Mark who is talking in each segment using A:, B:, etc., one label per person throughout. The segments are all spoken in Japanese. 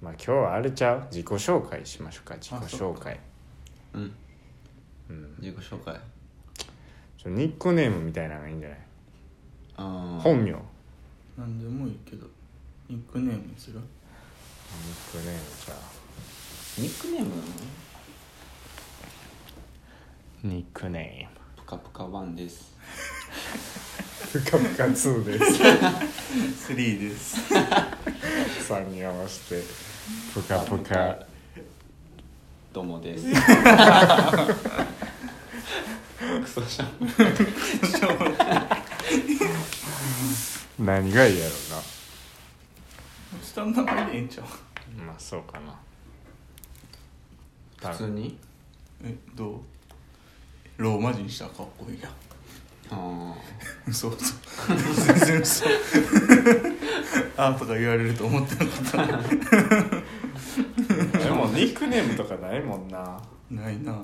A: まあ今日はあれちゃう自己紹介しましょうか自己紹介
B: うん
A: うん
B: 自己紹介
A: ちょニックネームみたいなのがいいんじゃない
B: ああ
A: 本名ニッ
C: 何でもいいけどニックネームにする
A: クネームじゃあ
B: ニックネームなの
A: ニックネーム
B: ぷかぷかワンです
A: ふかふか2です
C: 3です
A: さんに合わせてぷかぷか
B: どうもですクソしゃ
A: 何がいいやろ
C: 下の名前でええんちゃう
A: うなまあそうかな
B: 普通に
C: えどうローマ字にしたらかっこいいやん
B: あ
C: 嘘嘘全然嘘 あーとか言われると思ってなかった
A: でもニックネームとかないもんな
C: ないな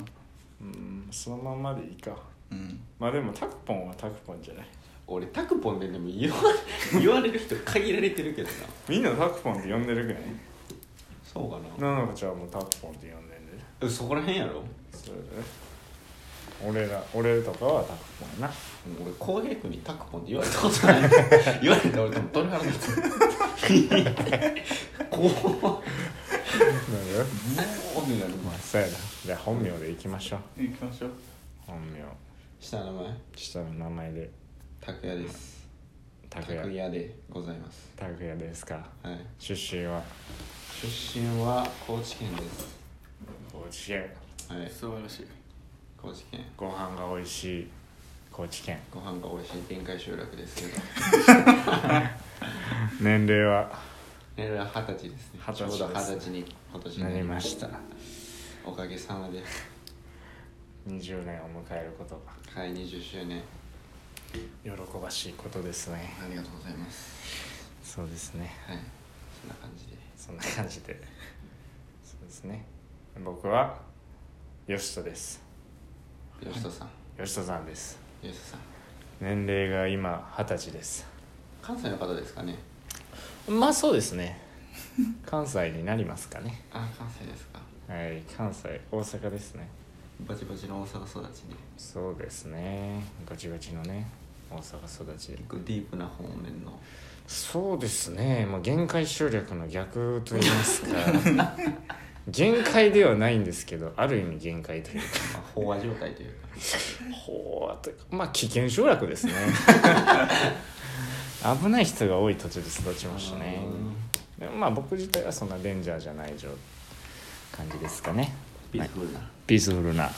A: うんそのままでいいか
C: うん
A: まあでもタクポンはタクポンじゃない
B: 俺タクポンででも言わ 言われる人限られてるけどな
A: みんなタクポンって呼んでるぐらい
B: そうかな
A: なのかちゃんもタクポンって呼んでんで
B: えそこらへんやろ
A: それで俺ら俺とかはタクポンやな
B: 俺浩平君にタクポンって言われたことない 言われたら俺多分取り 払ってたこうも
A: なる
B: うってなる
A: まあそうやなじゃあ本名でいきましょう
C: 行きましょう
A: 本名
B: 下の名前
A: 下の名前で
B: 拓也です
A: 拓
B: 拓
A: 也
B: 也でございます
A: 拓也ですか
B: はい
A: 出身は
B: 出身は高知県です
A: 高知県
B: はい
C: 素晴らしい
B: 高知県
A: ご飯が美味しい高知県
B: ご飯が美味しい限界集落ですけど
A: 年齢は
B: 年齢は二十歳ですね
A: 二十歳です
B: ちょうど二十歳に今年
A: なりました
B: おかげさまで
A: 20年を迎えることが
B: はい20周年
A: 喜ばしいことですね
B: ありがとうございます
A: そうですね
B: はいそんな感じで
A: そんな感じでそうですね僕は吉人です
B: 吉田さん
A: 吉人さんです
B: 吉田さん
A: 年齢が今二十歳です
B: 関西の方ですかね
A: まあそうです ね関西になりますかね
B: あ関西ですか
A: はい関西大阪ですね
B: バチバチの大阪育ちで
A: そうですねガチガチのね大阪育ちで
B: 結構ディープな方面の
A: そうですね、まあ、限界集落の逆と言います か限界ではないんですけどある意味限界というか
B: まあ飽和状態というか
A: ほうあとまあ危険集落です ね危ない人が多い土地で育ちましたねでもまあ僕自体はそんなデンジャーじゃない状感じですかね
B: ピースフルな、
A: ピースフルな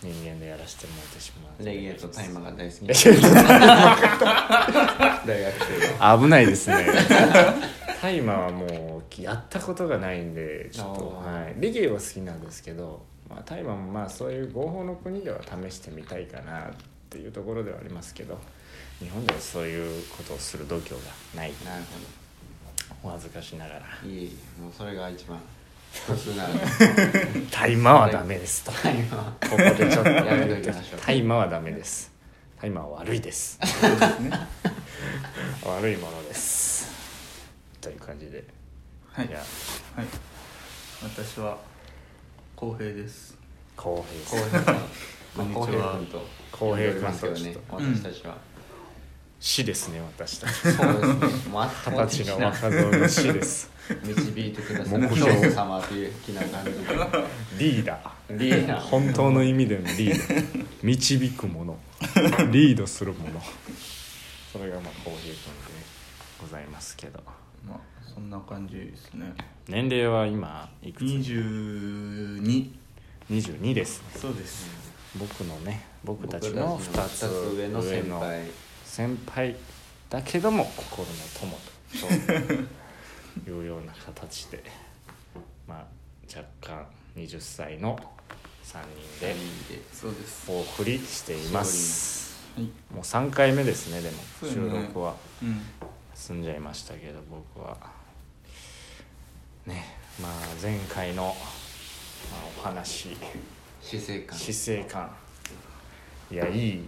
A: 人間でやらせてもらってしまう
B: レゲエとタイマーが大好き
A: レ
B: な
A: ゲエと
B: 大学生は
A: 危ないです ねタイマーはもうやったことがないんでちょっと、
B: あー
A: はい、レゲエは好きなんですけど、まあ、タイマーもまあそういう合法の国では試してみたいかなっていうところではありますけど日本ではそういうことをする度胸がない
B: なる
A: お恥ずかしながら
B: ほどいいもうそれが一番普通なら
A: タイマーはダメですとこ
B: タイマ
A: こでちょっと
B: やめときましょう
A: タイマーはダメですタイマーは悪いです悪いものですという感じで、
C: はい
A: いや
C: はい私は浩平です
A: 公
B: 浩
A: 平
B: 平さん
C: こんにち
B: まあ
C: は
B: 浩平君と
A: 浩平君と
B: 呼んでますけどね
C: うん
B: 私たちは、
A: 死ですね私たち
B: そうですねもうあ
A: 二十歳の若造の死です
B: 導いてくださ
A: 目
B: い
A: 標
B: 教祖様という気な感じで
A: リーダー
B: リーダー
A: 本当の意味でのリーダー導くものリードするものそれがまあ浩平君でございますけど
C: まあそんな感じですね
A: 年齢は今いくつ
C: 22
A: 22ですね
C: そうです
A: 僕のね僕
B: 僕
A: た
B: た
A: ち
B: ち
A: の
B: の
A: 2
B: 2
A: つ
B: つ上の先輩
A: 先輩だけども心の友とというような形で まあ若干20歳の3人で
B: で
C: そうです
A: お送りしています
C: はい
A: もう3回目ですねでも
C: そうや
A: 収
C: ね
A: 録は
C: うん
A: 済んじゃいましたけど僕はねまあ前回の、まあお話
B: 死生観
A: 死生観いやいい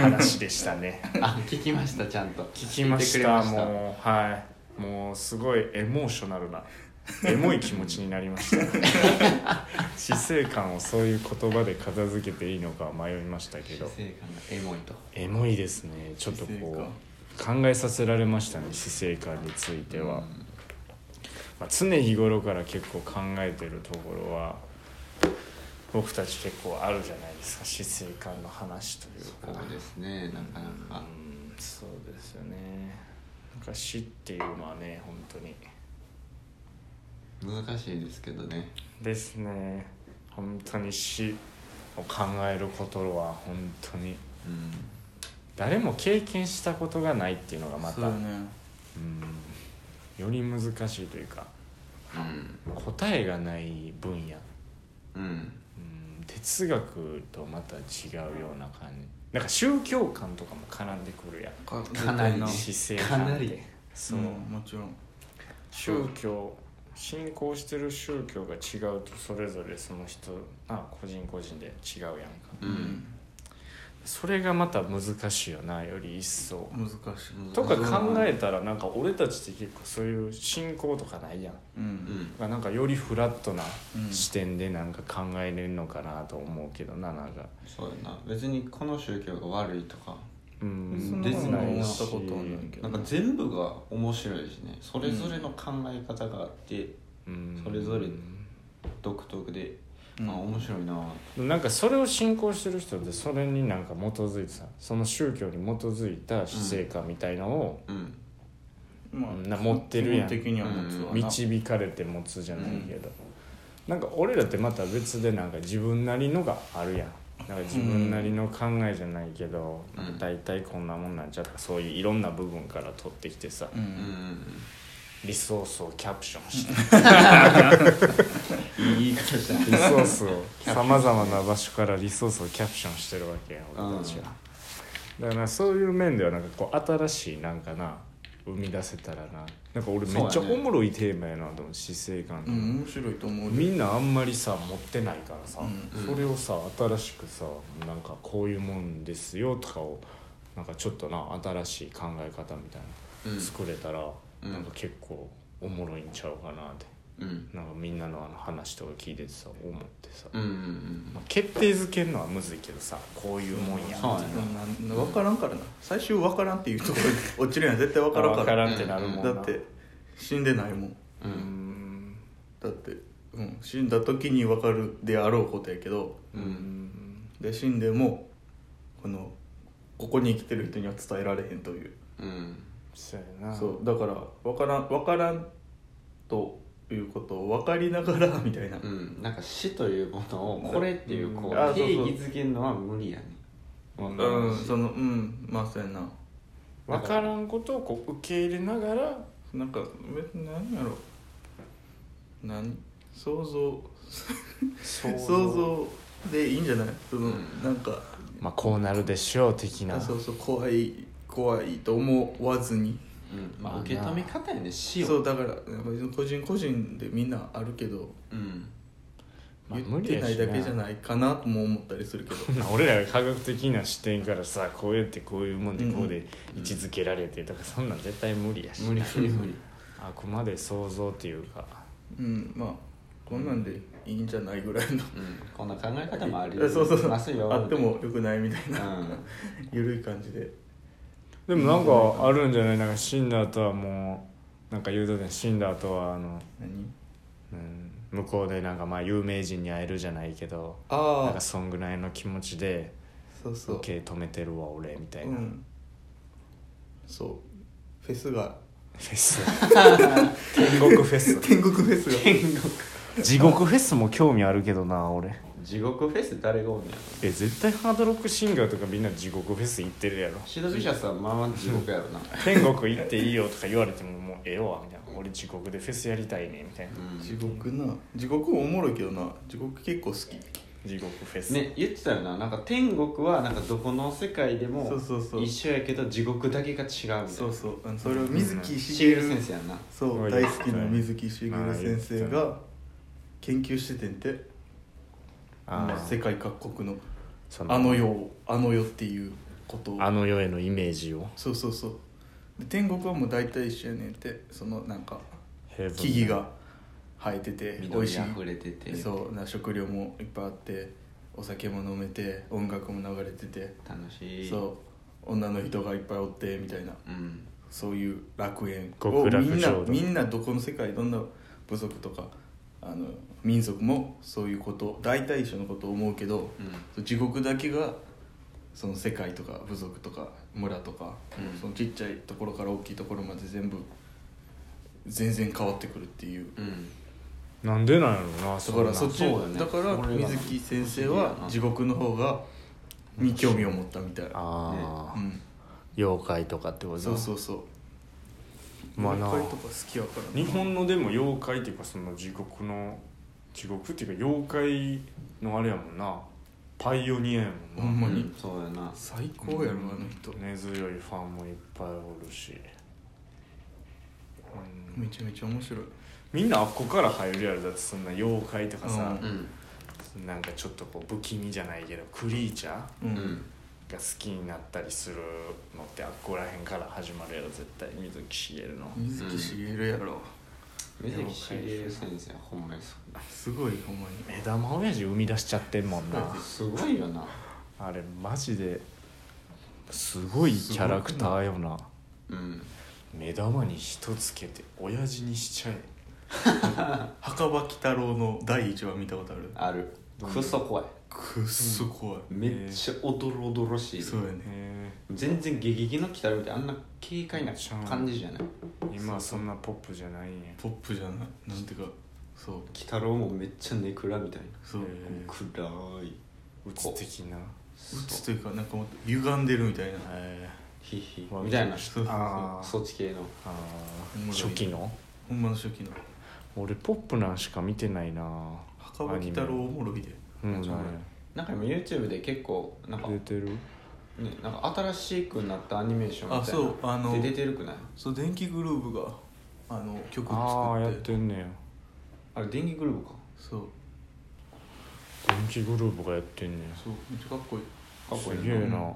A: 話でした ね
B: あ聞きましたちゃんと
A: 聞きまし
B: 聞いてくれ
A: たもうはいもうすごいエモーショナルなエモい気持ちになりました 死生観をそういう言葉で片付けていいのか迷いましたけ
B: 死
A: ど
B: 生観がエモいと
A: エモいですねちょっとこう考えさせられましたね死生観については、
B: うん
A: まあ、常日頃から結構考えてるところは僕たち結構あるじゃないですか死生観の話というか
B: そうですねなかなか
A: うんそうですよねなんか死っていうのはね本当に
B: 難しいですけどね
A: ですね本当に死を考えることは本当に
B: うん
A: 誰も経験したことがないっていうのがま
C: そ
A: た
C: うだね
A: うんより難しいというか
B: うん
A: 答えがない分野
B: うん
A: うん哲学とまた違うような感じなんか宗教観とかも絡んでくるやん
C: か
B: かなり
C: な
A: 姿勢観
B: か
A: っ
B: な
A: て
B: り
A: そう、
C: んもちろん
A: 宗教信仰してる宗教が違うとそれぞれその人あ個人個人で違うやんか
B: うん
A: それがまた難しいよなより一層
C: 難しい
A: とか考えたらなんか俺たちって結構そういう信仰とかないやん
C: う
B: うんん
A: まあなんかよりフラットな
C: うん
A: 視点でなんか考えれるのかなと思うけどななんか
B: そうやな別にこの宗教が悪いとか
A: うん
C: そんな
B: ディズニーも
A: な
B: 思
A: い
B: った
C: ことはないけど
B: なんか全部が面白いしねそれぞれの考え方があって、
A: うん
B: それぞれ独特で、
C: うん
B: あ面白いなぁ
A: なんかそれを信仰してる人ってそれになんか基づいてさその宗教に基づいた死生観みたいなのを
B: うん
C: ま
A: な持ってるやん
C: 基本的には持つわな
B: うん
A: 導かれて持つじゃないけど、なんか俺らってまた別でなんか自分なりのがあるやんなんか自分なりの考えじゃないけど、
B: うん
A: なんか大体こんなもんなんじゃとかそういういろんな部分から取ってきてさ、
C: う
B: うんん
A: リソースをキャプションして
B: いい言い方じゃ
A: リソースをさまざまな場所からリソースをキャプションしてるわけやん俺たちは、だからそういう面ではなんかこう新しいなんかな生み出せたらななんか俺めっちゃ
B: そうやね
A: おもろいテーマやなと思う死生観と
C: う
A: か
C: ん面白いと思う
A: みんなあんまりさ持ってないからさ、
C: うん
A: それをさ新しくさなんかこういうもんですよとかをなんかちょっとな新しい考え方みたいな、
B: うん
A: 作れたら、
B: うん
A: なんか結構おもろいんちゃうかなって
B: うん
A: なんかみんなのあの話とか聞いててさ思ってさ、
B: うんうんうん
A: まあ、決定づけるのはむずいけどさこういうもんや
B: そう
A: み
B: や
A: たいな
C: な分からんからな最終分からんっていうところに落ちるやん絶対分からん
A: わ
C: か
A: かららんってなるもんな、
C: だって死んでないもん
A: う
B: うんん
C: だって、うん、死んだ時に分かるであろうことやけど
A: う
B: うん
A: ん
C: で死んでもこのここに生きてる人には伝えられへんという
B: うん
A: そうやな
C: そうだから分からん分からんということを分かりながらみ たいな、
B: うんなんか死というものをこれっていうこう
C: うんあそうそう
B: 定義づけるのは無理やね
A: うん
C: うんそのうんまあそうやな
A: 分からんことをこう受け入れながら
C: なんか別に何やろ何想像
A: 想
C: 想像でいいんじゃないその、
B: うん
C: なんか
A: まあこうなるでしょう的な
C: あそうそう怖い怖いと思わずに
B: うんまあ受け止め方やね死を
C: そうだから別に個人個人でみんなあるけど、
B: うん
A: まあ
C: 言ってないだけじゃ
A: い
C: ないかなとも思ったりするけど
A: 俺らが科学的な視点からさこうやってこういうもんで
C: うん
A: こうで位置づけられてとかそんなん絶対無理やし
B: 無理無理無理
A: あくまで想像っていうか
C: うんまあこんなんでいいんじゃないぐらいの
B: うんこんな考え方もあり
C: そうそうそう
B: ますよ
C: あってもよくないみたいな、
B: うん
C: ゆるい感じで
A: でもなんかあるんじゃないなんか死んだ後はもうなんか言うとね死んだ後はあの、
C: 何
A: うん、向こうでなんかまあ有名人に会えるじゃないけどなん
C: あ
A: か
C: あ
A: そんぐらいの気持ちで
C: そうそう、
A: 受け止めてるわ俺みたいうな、
C: ん、そうフェスが
A: フェ ス天国フェス
C: 天国フェスが
A: 地獄フェスも興味あるけどな俺
B: 地獄フェス誰がおんねやろ
A: え絶対ハードロックシンガーとかみんな地獄フェス行ってるやろ
B: シドビシャスはまあまあ地獄やろな
A: 天国行っていいよとか言われてももうええわみたいな俺地獄でフェスやりたいねみたいな
B: うん
C: 地獄な地獄もおもろいけどな地獄結構好き
A: 地獄フェス、
B: ね言ってたよななんか天国はなんかどこの世界でも
C: そうそうそう
B: 一緒やけど地獄だけが違うみたいな
C: そうそうあのそれを水木し
B: シ
C: げ
B: ー
C: る
B: ル先生やんな
C: そう大好きな水木しげる先生が研究しててんて
A: あ
C: まあ
A: ー
C: 世界各国の
A: そ
C: あの世をあの世っていうことを
A: あの世へのイメージを
C: そうそうそうで天国はもう大体一緒やねんってそのなんか木々が生えてて美味
B: 緑
C: し
B: に
C: い
B: 溢れてて
C: そうな食料もいっぱいあってお酒も飲めて音楽も流れてて、
B: 楽しい
C: そう女の人がいっぱいおってみたいな
B: うん
C: そういう楽園を
A: 極楽
C: みんな
A: 浄土
C: みんなどこの世界どんな部族とかあの民族もそういうこと大体一緒のことを思うけど
B: うん
C: 地獄だけがその世界とか部族とか村とか、
B: うん
C: そのちっちゃいところから大きいところまで全部全然変わってくるっていう
B: うん
A: なんでなんやろうな
C: だ
A: そ
C: か
A: んな
C: らそっち
B: そうだよね
C: だから
B: 俺ら
C: 水木先生
B: 不思議や
C: は
B: な
C: 地獄の方がに興味を持ったみたいな、
A: ああ、
C: うん、
A: 妖怪とかってこと
C: そうそううそう
A: まあな
C: 妖怪とか好きやからな
A: 日本のでも妖怪っていうかその地獄の地獄っていうか妖怪のあれやもんなパイオニアやも
C: ほ
A: ん
C: ん
A: な、
C: まに
B: うんそうやな
C: 最高やろあの人、
A: 根強いファンもいっぱいおるし、うん
C: めちゃめちゃ面白い
A: みんなあっこから入るやろだってそんな妖怪とかさ、
B: うん
A: なんかちょっとこう不気味じゃないけどクリーチャー
C: う、
B: うんん
A: が好きになったりするのってあっこらへんから始まるやろ絶対水木しげるの
C: 水木しげるやろ、
B: 水木しげる先生はほんまにそ
C: すごいほんまに
A: 目玉親父生み出しちゃってんもんな
B: うすごいよな
A: あれマジですごいキャラクターよな
B: うん
A: 目玉に人つけて親父にしちゃえ
C: 墓場鬼太郎の第1話見たことある
B: あるクソ怖い
C: くっそ怖い、
B: めっちゃおどろおどろしい
C: そうやね
A: へ
B: 全然ゲゲゲの鬼太郎みたいなあんな軽快な感じじゃない鬼
A: え今はそんなポップじゃないんや
C: ポップじゃないなんていうかそう
B: 太郎もめっちゃネクラみたいな
C: そう
A: へえ
B: 暗いう
A: つ的な
C: うつというかなんかもっと歪んでるみたいな
A: え
B: ヒヒ
A: わ
B: みたいな
C: そうそう
A: あー
B: そっち系の
A: あ
C: おも
A: ー
C: ろい
A: 初期の
C: ほんまの初期の
A: 俺ポップなんしか見てないな
C: 墓場鬼太郎おもろいで
A: うんね
B: なんか今 YouTube で結構なんか,、
A: 出
B: ね、
A: てる
B: なんか新しくなったアニメーションみたいな
C: あそうあの
B: で出てるくない
C: そう電気グルーヴがあの曲
A: ああや
C: 作
A: っ
C: って
A: てんねや
B: あれ電気グルーヴか
C: そう
A: 電気グループがやってんねや
C: そうめっちゃかっこいい
B: かっこい
A: す
B: い
A: げ
B: な
A: えな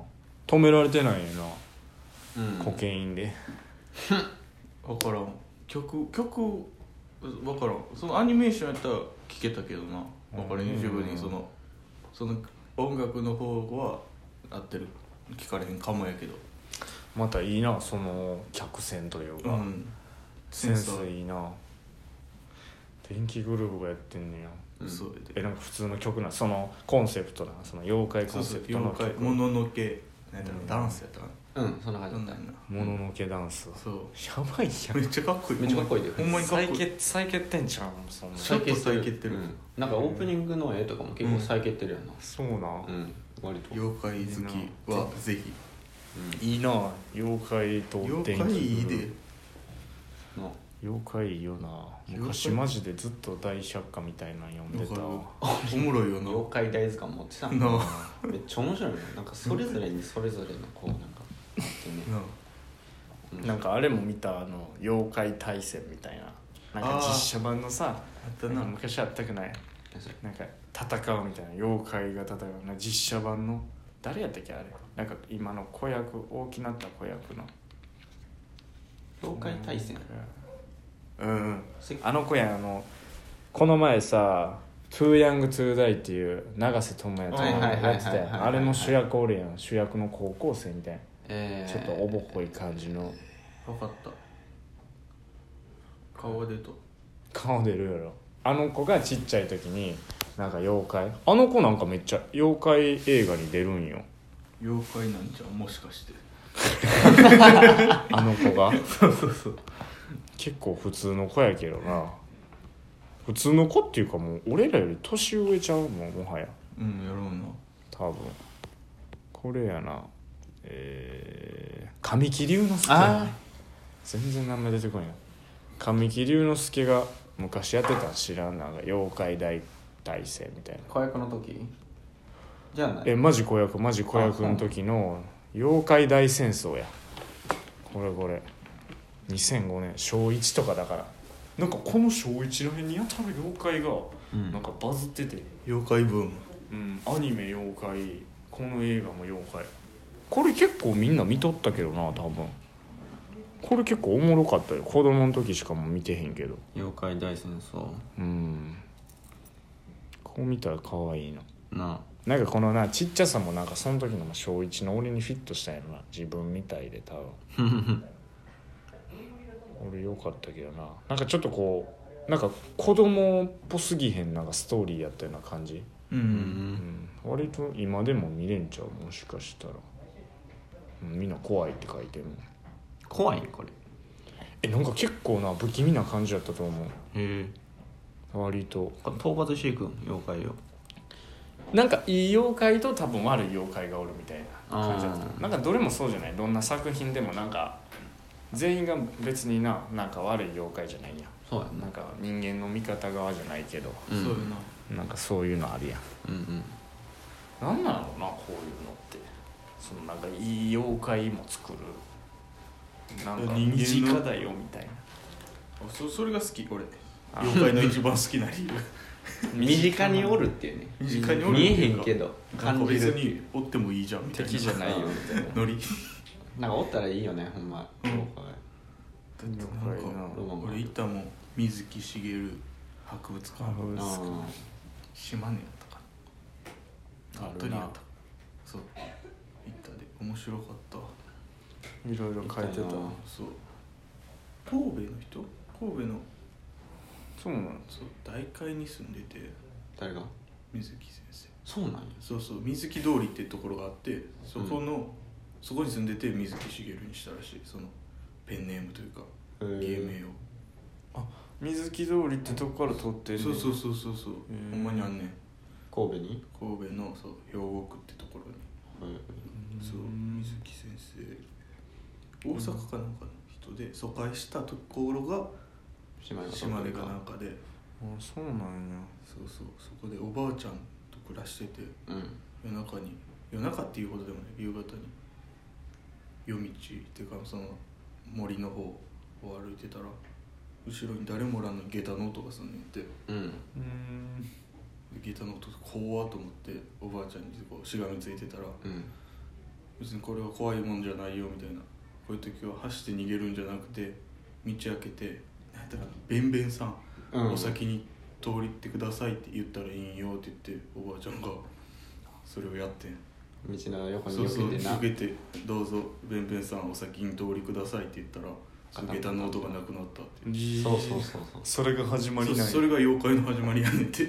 A: 止められてないよ
B: うん
A: なコケインで
C: 分からん曲曲分からんそのアニメーションやったら聴けたけどな分からん
A: うん
C: YouTube にそのその音楽の方は合ってる聞かれへんかもやけど
A: またいいなその客船というか、
C: うん
A: センスいいな電気グループがやってんねや
B: うん
C: そう
A: えなんか普通の曲なんそのコンセプトなその妖怪コ
C: そう
A: ン
C: そ
A: セ
C: う
A: プトの
C: 妖
A: 曲
C: 怪もののけなんやった
A: う
C: ら
A: ん
C: ダンスやったか
B: うんそんな
C: な
B: 感
C: なん
B: じだ
C: だ
B: っ
C: よな
A: もののけダンス
C: そう
A: やばいや
C: め
A: ん
C: っちゃかっこいい
B: めっちゃかっこいいで
C: ほんまにかっ
A: 最
C: こいい
A: 決最決定んちゃうそんな
C: そう
B: た
C: 結構再蹴ってる
B: うんなんかオープニングの絵とかも結構再蹴ってるよな
A: そうな
B: うん、割と
C: 妖怪好きはぜひ
B: う
A: いいな妖怪と電
C: 妖
A: 気グル
C: 怪いい
A: ー
C: で
B: んの
A: 妖怪いいよな昔
C: 妖怪
A: マジでずっと大百科みたいなの読んでたわ
C: おもろいよ
B: 妖怪大図鑑持 ってた
C: な
B: もん
C: な
B: め
C: あ
B: っちゃ面白いねなんかそれぞれにそれぞれのこうなんかあってね
C: なあ
B: うん
A: なんかあれも見たあの妖怪大戦みたいななんか実写版のさ
C: あったな
A: なんか昔あったくない
B: それ
A: なんか戦うみたいな妖怪が戦うな実写版の誰やったっけあれなんか今の子役大きなった子役の
B: 妖怪大戦
A: うんうん
B: せ
A: あの子やんあのこの前さ「Too Young to Die」っていう永瀬智也と
B: はいはいはいはいはい
A: やってたやんあれの主役おるやん主役の高校生みたい
B: え
A: な
B: ー
A: ちょっとおぼこい感じの
C: 分かった顔が出と
A: 顔出るやろあの子がちっちゃい時になんか妖怪あの子なんかめっちゃ妖怪映画に出るんよ
C: 妖怪なんじゃんもしかして
A: あの子が
C: そうそうそう
A: 結構普通の子やけどな普通の子っていうかもう俺らより年上ちゃうもんもはや
C: うんやろうな
A: 多分これやなえー、神木隆之介
B: あ
A: 全然名前出てこない神木隆之介が昔やってたん知らんなんか妖怪大大戦みたいな
B: あ子役の時じゃあない
A: えマジ子役マジ子役の時の妖怪大戦争やこれこれ2005年小1とかだからなんかこの小1らへんにやたら妖怪が
B: うん
A: なんかバズってて、
C: 妖怪ブーム
A: うん、アニメ妖怪この映画も妖怪これ結構みんな見とったけどな多分これ結構おもろかったよ子供の時しかもう見てへんけど
B: 妖怪大戦争
A: うんこう見たら可愛いな
B: な
A: なんかこのなちっちゃさもなんかその時のまあ小1の俺にフィットしたんやろな自分みたいで多分
B: あ
A: 俺良かったけどななんかちょっとこうなんか子供っぽすぎへんなんかストーリーやったような感じ、
C: う
B: うん
A: うんん、割と今でも見れんちゃうもしかしたら、うん、みんな怖いって書いてるもん
B: 怖いんこれ
A: えなんか結構な不気味な感じやったと思
B: へえ
A: う割と
B: 討伐していくん妖怪を
A: なんかいい妖怪と多分悪い妖怪がおるみたいな感じだった
B: あー
A: なんかどれもそうじゃないどんな作品でもなんか全員が別にななんか悪い妖怪じゃないやん
B: そうや
A: なんか人間の味方側じゃないけど
B: うん
C: そうよな
A: なんかそういうのあるやん
B: うんうん
A: なんなのなこういうのってそのなんかいい妖怪も作るなんか
C: 人間の
A: 身近だよみたいな
C: あそそれが好き俺
A: あ
C: 妖怪の一番好きな理由
B: 身近におるっていうね
C: 身近におる
B: 見えへんけど
C: なんか
B: 感じ
C: 別
B: る
C: におってもいいじゃんみたいな
A: 敵じゃないよみたいな
C: ノリ
B: なんかおったらいいよねほんま
C: うん
B: 妖
C: だってなん
B: ロマン
C: か
B: がある
C: 俺行ったもん水木しげる博物館
A: 博物
B: 怪あ
C: 島根やったかな
A: あるな
C: 本当にやったそう行ったで面白かったわ
A: いろいろ
B: 書いてた
C: そう神戸の人神戸の
A: そうなん
C: そう大会に住んでて
B: ー誰が
C: 水木先生
B: そうなんや
C: そうそう水木通りってところがあってそこの、そこに住んでて水木しげるにしたらしいそのペンネームというか
B: へー
C: 芸名を
A: 水木通りってとこから撮ってんねん
C: そうそうそうそうそう
A: へー
C: ほんまにあんねん
B: 神戸に
C: 神戸のそう兵庫区ってところに
A: ん
C: そう水木先生大阪かなんかの人で疎開したところが
B: 島根が
C: 島根かなんかで
A: あそうなんや
C: そうそうそこでおばあちゃんと暮らしてて
B: うん
C: 夜中に夜中っていうことでもない夕方に夜道っていうかその森の方を歩いてたら後ろに誰もおらんのに下駄の音がすんねんって
B: うん
A: うん
C: で下駄の音怖っと思っておばあちゃんにこうしがみついてたら
B: うん
C: 別にこれは怖いもんじゃないよみたいなこういう時は走って逃げるんじゃなくて道開けてなんだかべんべんさん、
B: うん
C: お先に通りってくださいって言ったらいいんよって言っておばあちゃんがそれをやってん
B: 道の横に
C: そうそう
B: 避けてな
C: 避けて「どうぞべんべんさんお先に通りください」って言ったらその下駄の音がなくなったっていう
B: そうそうそうそう
A: それが始まりな
C: そ
A: いう
C: それが妖怪の始まりやねんって
A: へ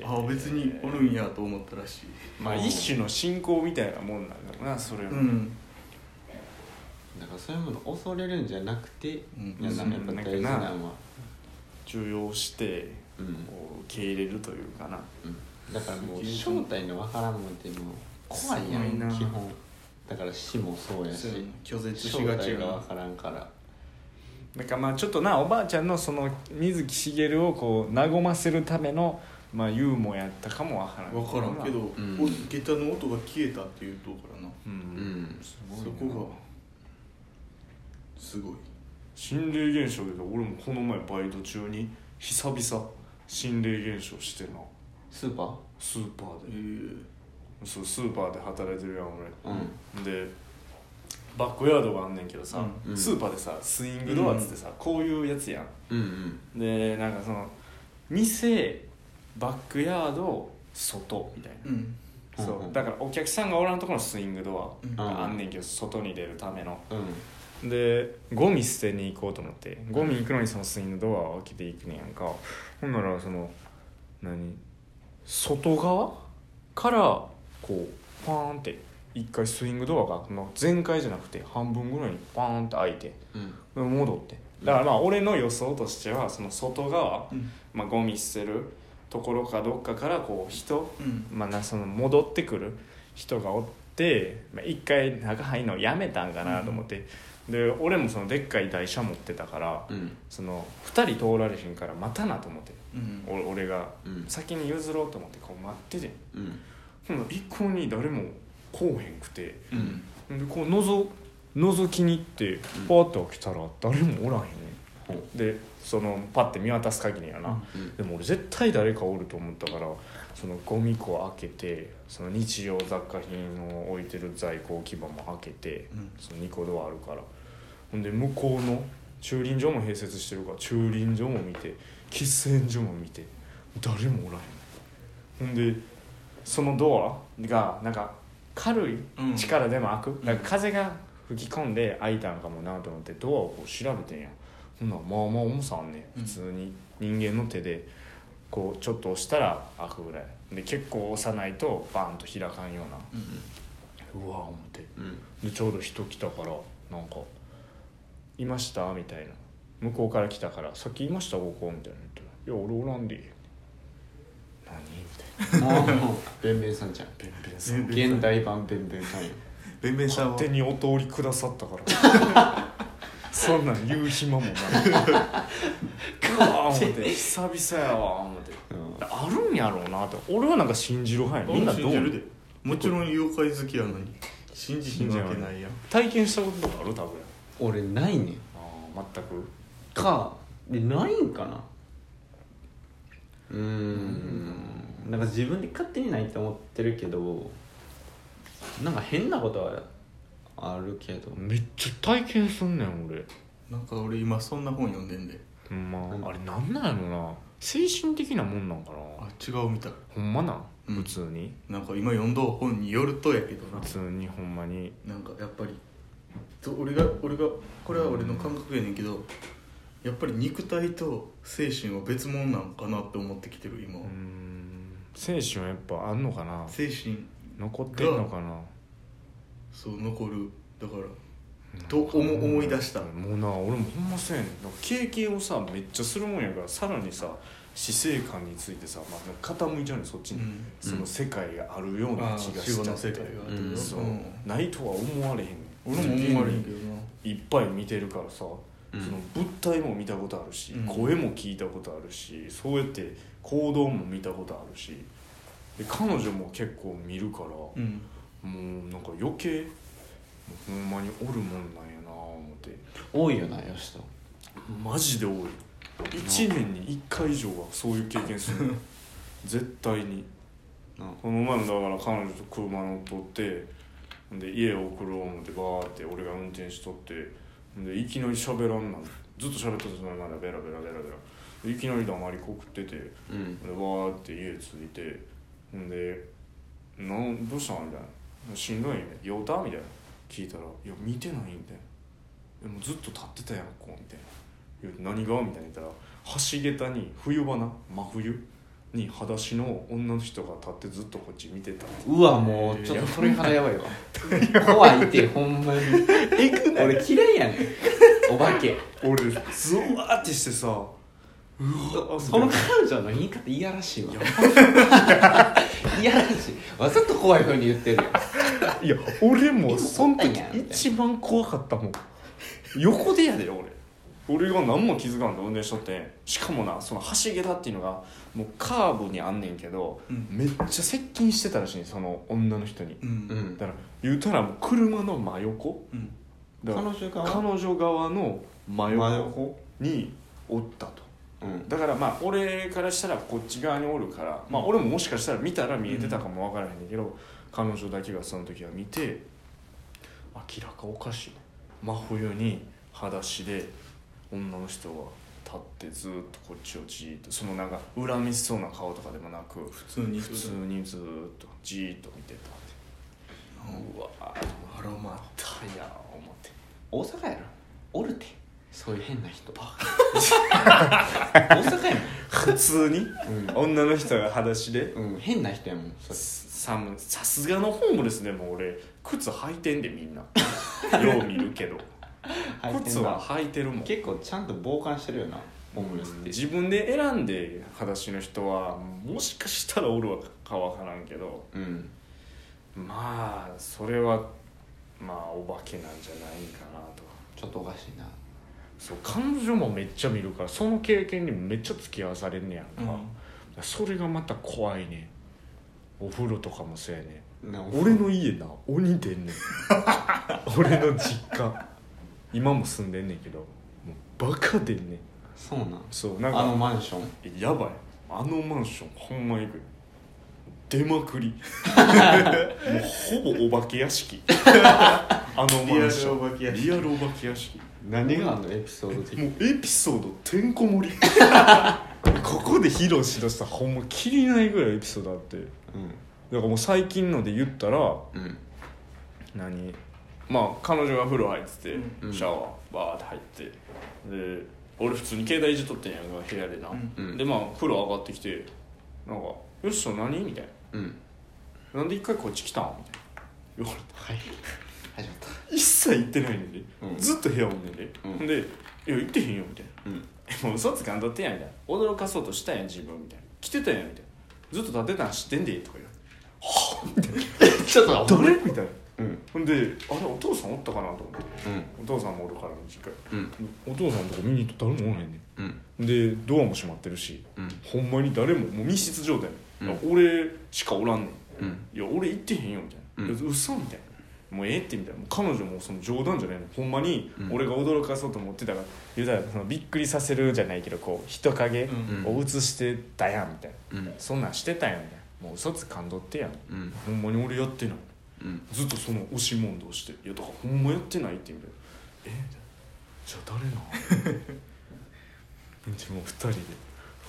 A: ー
C: ああ別におるんやと思ったらしい
A: まあ一種の信仰みたいなもんなんだろうなそれは、
C: うん
B: だからそういうもの恐れるんじゃなくて、
C: うん
B: やな
A: うん
B: やっぱ大事なのは
A: 重要して
B: うん、
A: こう受け入れるというかな
B: うん、だからもう正体のわからんもんってもう怖いや
A: すごいなん
B: 基本だから死もそうや
C: そ
B: し
C: うやな拒絶し
B: 正
C: がち
B: 体
C: や
B: がわ
C: な
B: からんから
A: なんかまあちょっとなおばあちゃんのその水木しげるをこう和ませるためのまあユーモアやったかもわからん
C: 分からんけど、
B: うん
C: お下駄の音が消えたっていうとこからな
A: うん、
B: うん
A: すごいな
C: そこがすごい
A: 心霊現象で俺もこの前バイト中に久々心霊現象してな
B: スーパ
A: スーパー
C: え
A: で
C: ー、
A: そうスーパーで働いてるやん俺
B: ーうん
A: でバックヤードがあんねんけどさ、
B: うん
A: スーパーでさスイングドアっつってさ、こういうやつやん
B: うんうん
A: でなんかその店バックヤード外みたいな、
C: うん
A: そう、
B: うんうん
A: だからお客さんがおらんところのスイングド
C: うん
A: アがあんねんけど、外に出るための
B: うん
A: でゴミ捨てに行こうと思ってゴミ行くのにそのスイングドアを開けていくねんやんかほんならその何外側からこうパーンって一回スイングドアがまあ全開じゃなくて半分ぐらいにパーンって開いて
B: うん
A: で戻ってだからまあ俺の予想としてはその外側、
C: うん
A: まあ、ゴミ捨てるところかどっかからこう人
C: うん
A: まあ、なその戻ってくる人がおってまあ、一回中入るのやめたんかなと思って、で俺もそのでっかい台車持ってたから
B: うん
A: その2人通られへんから待たなと思って
C: うん
A: お俺が
B: うん
A: 先に譲ろうと思ってこう待ってて
B: うん
A: ほんなら一向に誰も来おへんくて
C: うん
A: でこうのぞ覗きに行ってパーッて開けたら誰もおらへんね
B: ほうん
A: でそのパッて見渡す限りやな、
C: うん
A: でも俺絶対誰かおると思ったからそのゴミ庫開けてその日用雑貨品を置いてる在庫置き場も開けて
C: うん
A: その2個ドアあるからほんで向こうの駐輪場も併設してるから駐輪場も見て喫煙所も見て誰もおらへんほんでそのドアがなんか軽い
C: うん
A: 力でも開く、
C: ん
A: なんか風が吹き込んで開いたんかもなと思ってドアをこう調べてんやほんならまあまあ重さあんねん
C: うん
A: 普通に人間の手でこうちょっと押したら開くぐらいで結構押さないとバーンと開かんようなうわ思って
B: うん
A: でちょうど人来たからなんか「いました?」みたいな向こうから来たから「さっきいましたここ」みたいな言ったら「いや俺おらんで」何みたい
B: もうベンベンさんじゃん
A: な弁弁さ
C: さ
A: ん
C: ん
B: 現代版ベンベンさんよ
C: べんべんさんは
A: 勝手にお通りくださったから そんなん言う暇もないうわ思って久々やわ思って
B: うん
A: あるんやろうなって俺はなんか信じる派やねんみんなど
C: 信じる
A: う
C: でもちろん妖怪好きやのに信じひんわけないやん
A: 体験したこととかある多分
B: 俺ないねん
A: あー全く
B: かでないんかなうーんなんか自分で勝手にないって思ってるけどなんか変なことはあるけど
A: めっちゃ体験すんねん俺
C: なんか俺今そんな本読んでんで
A: ほんま
B: うん
A: あ、あれなんなんやろな精神的なもんなんかな
C: あ違うみたい
A: ほんまなん、
C: うん
A: 普通に
C: なんか今読んだ本によるとやけどな
A: 普通にほんまに
C: なんかやっぱりと俺が俺がこれは俺の感覚やねんけどやっぱり肉体と精神は別物なんかなって思ってきてる今、
A: うーん精神はやっぱあんのかな
C: 精神
A: 残ってんのかな
C: そう残るだからと思思い出した
A: もうな俺もほんまそうやねんなんか経験をさめっちゃするもんやからさらにさ死生観についてさ、まあ、傾いちゃうねんそっちに、
C: うん
A: その世界があるよう
C: あ
A: な
C: あ
A: 気が
C: 死
A: し
C: 後
A: ちゃ
C: の
A: って、
C: 世界があるよ、
B: うん
A: そう、
C: ん
A: ないとは思われへん
C: 俺
A: ねん
C: も思われへんけどない
A: っぱい見てるからさ、
B: うん
A: その物体も見たことあるし、
C: うん
A: 声も聞いたことあるしそうやって行動も見たことあるしで彼女も結構見るから、
C: うん
A: もうなんか余計もうほんまにおるもんなんやな思って
B: 多いよなよしと
A: マジで多い1年に1回以上はそういう経験す る絶対に
B: な
A: この前もだから彼女と車乗っとってで家を送ろう思ってバーって俺が運転しとってでいきなり喋らんなんずっと喋っとってそのまだベラベラベラベラでいきなり黙りこくっててで
B: うん
A: バーって家着いてほんで「なんどうしたん?」みたいな「しんどい」みたいな「酔うた?」みたいな聞いたら「いや見てない」みたいな「でもずっと立ってたやんこう」みたいな言うて「何が?」みたいな言ったら橋桁に冬場な真冬に裸足の女の人が立ってずっとこっち見てた
B: うわもうちょっと鳥肌やばいわ怖いってほんまに俺嫌いやねんお化け
A: 俺ゾワーってしてさうわ
B: その彼女の言い方いやらしいわ いやらしいわざと怖いふうに言ってるやん
A: いや俺もその
B: い
A: 時
B: やみたいな
A: 一番怖かったもん横でやで俺俺が何も気づかんと運転しとってしかもなその橋桁っていうのがもうカーブにあんねんけど、
C: うん
A: めっちゃ接近してたらしいねその女の人に
C: う
B: うんん
A: だから言うたらもう車の真横
C: うん
A: だから
B: 女
A: 彼女側の真
B: 真
A: 横
B: 横
A: におったと
B: うん
A: だからまあ俺からしたらこっち側におるから、まあ、俺ももしかしたら見たら見えてたかもわからへんねんけど、彼女だけがその時は見て明らかおかしい真冬に裸足で女の人が立ってずっとこっちをじーっとそのなんか恨みしそうな顔とかでもなく
C: 普通に
A: 普通にずーっとじーっと見てたって
C: うん
A: うわー
C: アロマ
A: たやー思って
B: 大阪やろおるてそういう変な 人大阪や
A: 普通に
B: も
A: 女の人が裸足で
B: ん、うん、変な人やもんそれ
A: 寒いさすがのホームレスでも俺靴履いてんでみん なよう見るけど
B: 入って
A: 靴
B: んな
A: は履いてるもん
B: 結構ちゃんと傍観してるよなホームレスって
A: 自分で選んで裸足の人はもしかしたらおるかわからんけど
B: うん
A: まあそれはまあお化けなんじゃないかなと
B: ちょっとおかしいな
A: そう彼女もめっちゃ見るからその経験にめっちゃ付き合わされんねやんか、それがまた怖いねお風呂とかもそうやねん
B: な
A: 俺の家な鬼出ん ねん俺の実家今も住んでんねんけどもうバカ出んねん
B: そうなん
A: そうなん
B: あの
A: か
B: マンション
A: やばいあのマンションほんまに行く出まく りもうほぼお化け屋敷あのマンション
C: リアル
A: リア
C: お化け屋敷
A: ルお化け屋敷
B: 何があんのエピソード的
A: も
B: に
A: うエピソードてんこ 盛りここで披露しだしたらほんまきりないぐらいエピソードあってだからもう最近ので言ったら
B: うんうん
A: 何まあ彼女が風呂入ってて、
B: うん
A: シャワーバーって入ってで俺普通に携帯いじっとってんやんか部屋でな、
C: うん
B: うん
A: でまあ風呂上がってきてなんか「よしそ何?」みたい
B: うん
A: な「なんで一回こっち来たん?」みたいな言われて
B: はい始まった
A: 一切行ってないねんで、
B: うん
A: ずっと部屋おんねんで、
B: うん
A: で「いや行ってへんよ」みたいな
B: うん
A: もう嘘つかんとってやみたいな驚かそうとしたやん自分みたいな来てたやんみたいなずっと立てたん知ってんでとか言わ
B: ちょっと
A: れ て誰みたいな
B: うん
A: ほんであれお父さんおったかなと思って
B: うん
A: お父さんもおるから短い
B: うん
A: お父さんのとこ見に行ったら誰もおらへんね
B: うん
A: んでドアも閉まってるし
B: うん
A: ほんまに誰ももう密室状態
B: うん
A: やねん、俺しかおらんねん
B: うん
A: いや俺行ってへんよみたいな、
B: うん
A: いや嘘みたいなもうええってみたいなもう彼女もその冗談じゃないのほんまに
B: うん
A: 俺が驚かそうと思ってたから、言うたらそのびっくりさせるじゃないけどこう人影
C: うん
A: を映してたやんみたいな、
B: うん
A: そんなんしてたやんみたいなもう嘘つかんどってやん
B: うん
A: ほんまに俺やってない
B: うん
A: ずっとその押し問答して「いやだからほんまやってない」って言うみたいな「えじゃあ 誰な?」でもう二人で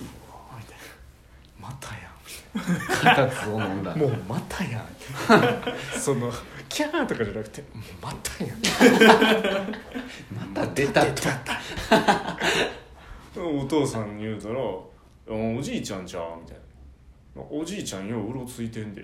A: 「うわ」みたいな「またやん」みたいな。
B: 片つを飲んだ
A: もうまたやん そのキャーとかじゃなくてもうまたやん
B: また出たと
A: お父さんに言うたら「おじいちゃんじゃん」みたいな「おじいちゃんよううろついてんで」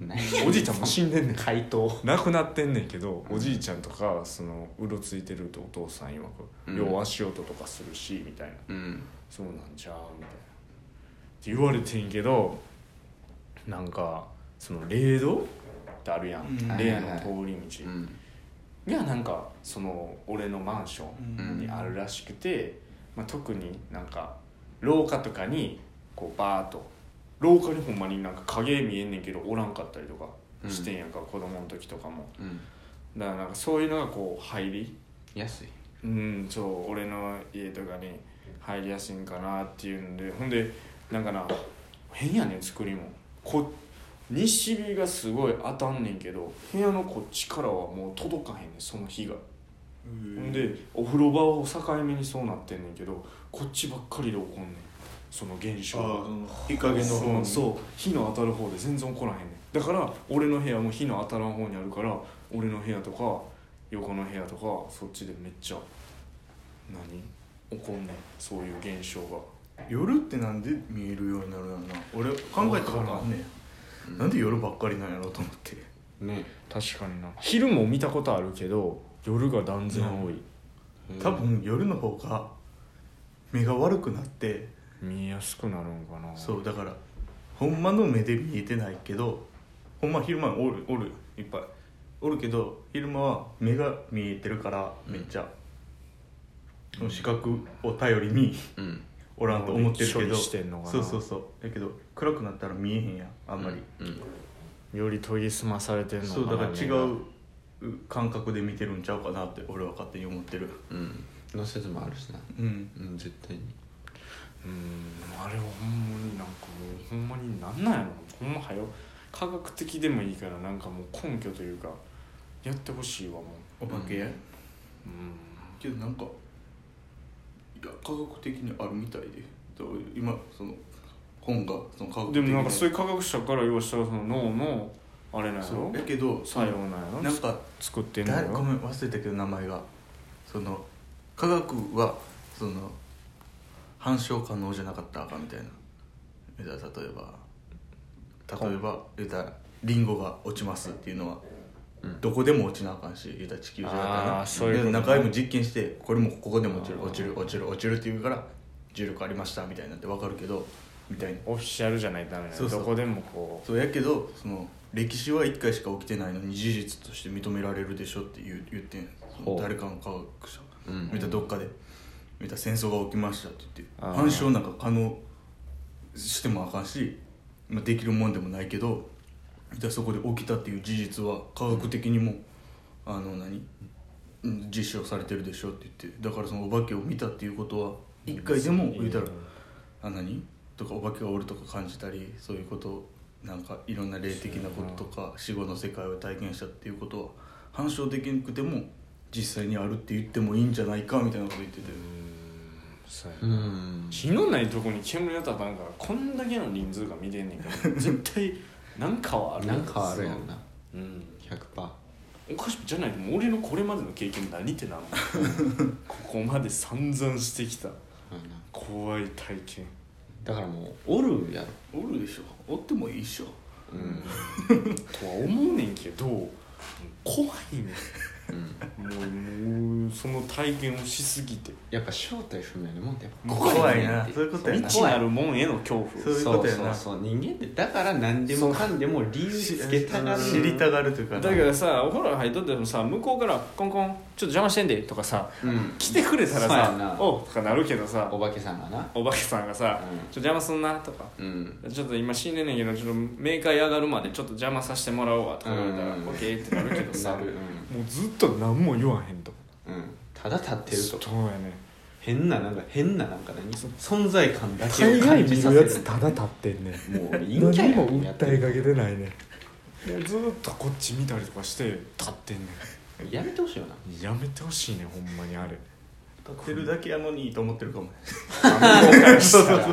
A: みたいなおじいちゃんも死んでんねん
B: 回答
A: 亡くなってんねんけどおじいちゃんとかそのうろついてるとお父さん曰く、
B: うん
A: よう足音とかするしみたいな
B: うん
A: そうなんじゃんみたいなって言われてんけどなんかその霊道ってあるやん、
C: うん
A: 霊の通り道、
B: うん
A: がなんかその俺のマンションに
B: うん
A: あるらしくて、まあ、特になんか廊下とかにこうバーッと廊下にほんまになんか影見えんねんけどおらんかったりとかしてんやんか、子供の時とかも
B: うん
A: だからなんかそういうのがこう入り
B: 安い
A: うんそう俺の家とかに入りやすいんかなっていうんでほんでなんかな変やねん作りもこ西日がすごい当たんねんけど部屋のこっちからはもう届かへんねんその日が。
C: うん
A: でお風呂場を境目にそうなってんねんけどこっちばっかりで起こんねんその現
C: あ
A: 象
C: あ
A: が
C: その日陰の方
A: そうそう火の当たる方で全然起こらへんねんだから俺の部屋も火の当たらん方にあるから俺の部屋とか横の部屋とかそっちでめっちゃ何起こんねんそういう現象が
C: 夜ってなんで見えるようになるのやろな俺考えたことあんねんなんで夜ばっかりなんやろうと思って
B: ね
A: 確かにな昼も見たことあるけど夜が断然多い、
C: 多分夜の方が目が悪くなって
A: 見えやすくなるんかな
C: そうだからほんまの目で見えてないけどほんま昼間おるおるいっぱいおるけど昼間は目が見えてるからめっちゃ、その視覚を頼りに
B: うん
C: おらんと思ってるけ
A: 処
C: ど
A: 理してんのかな
C: そうそうそうだけど暗くなったら見えへんやんあ
B: あ
C: んまり、
B: うん
A: より研ぎ澄まされてんのか
C: そ
A: な
C: うだから違
A: 目が
C: う感覚で見てるんちゃうかなって俺は勝手に思ってる
B: うんの説もあるしな
C: うん
B: うん絶対に
A: うんあれはほんまになんかもうほんまになんなんやろほんまはよ科学的でもいいからなんかもう根拠というかやってほしいわもう
C: お化け、
A: うん
C: けどなんかいや科学的にあるみたいでだから今その本がその科学
A: で
C: 的
A: もなんかそう
C: う
A: いう科学者から言わしたらその脳のあれなんや
C: そ
A: ろ
C: うやけど
A: 作用なんやろ
C: なんか
A: 作ってんの
C: だご
A: よ
C: めん忘れたけど名前がその科学はその反証可能じゃなかったらあかんみたいなえだから例えば例えば言うたらリンゴが落ちますっていうのは、
B: うん
C: どこでも落ちなあかんし言うたら地球上だから
A: あーそういうこと
C: で
A: ね
C: 中身も実験してこれもここでも落ち
A: あ
C: る
A: ー
C: 落ちる落ちる落ちるって言うから重力ありましたみたいになって分かるけどみたいな
A: オフィシャルじゃないとダメなの
C: そうそう
A: どこでもこ
C: そうやけどその歴史は1回しか起きてないのに事実として認められるでしょって言う言ってんそ
B: ほ
C: の
B: う
C: 誰かの科学者
B: うん
C: 見たどっかで見た戦争が起きましたって言って
A: あー
C: 反証なんか可能してもあかんし、まあ、できるもんでもないけど見たそこで起きたっていう事実は科学的にも、あの何うん実証されてるでしょって言ってだからそのお化けを見たっていうことは1回でも言うたら
A: うん
C: あ何とかお化けがおるとか感じたりそういうことなんかいろんな霊的なこととか死後の世界を体験したっていうことは反証できなくても実際にあるって言ってもいいんじゃないかみたいなこと言ってて
A: そうや
B: う
A: なん火のないとこに煙が立たんからこんだけの人数が見てんねんから絶対なんかはある
B: なんかあるやんな
A: うん
B: 100%
A: おかしくじゃないともう俺のこれまでの経験何ってなのここまで散々してきた
B: うんな
A: 怖い体験
B: だからもうおるやろ
C: おるでしょおってもいいっしょ
B: うん
A: とは思うねんけどもう怖いね
B: う
A: んも
B: ん
A: うもうその体験をしすぎて
B: やっぱ正体不明のもんってやっぱ
C: 怖い
B: ね
C: な
B: って
C: そういうことや
A: 未
C: な
A: 知なるもんへの恐怖
C: そういうことやな
B: そうそうそう人間ってだから何でもかんでも理由つけたがる
C: 知りたがるというかな
A: だからさお風呂入っとってもさ向こうから「コンコンちょっと邪魔してんで」とかさ
B: うん
A: 来てくれたら
B: そうや
A: さ「
B: な
A: おう」とかなるけどさ
B: お化けさんがな
A: お化けさんがさ
B: うん
A: 「ちょっと邪魔すんな」とか
B: うん
A: ちょっと今死んでんねんけどちょっとメーカー上がるまでちょっと邪魔させてもらおうわとか言われたら
B: う
A: オ
B: ん
A: ッケーってなるけどさ
B: な
A: も
B: る
A: うずっと何も言わへんと
B: うん、うん、ただ立ってると
A: そうやね
B: 変ななんか変ななんか何存在感だけ
A: 海
B: を
A: 外
B: 感じ
A: 見
B: さ
A: る
B: せ
A: や
B: る
A: つただ立ってんねん
B: もう陰キャ
A: 何
B: や
A: も
B: んやって
A: 訴え
B: る
A: かけてないねもうずっとこっち見たりとかして立ってんね
B: やめてほしいよなん
A: やめてほしいねんほんまにあれ
C: 立ってるだけやのにいいと思ってるかもね
A: そうそう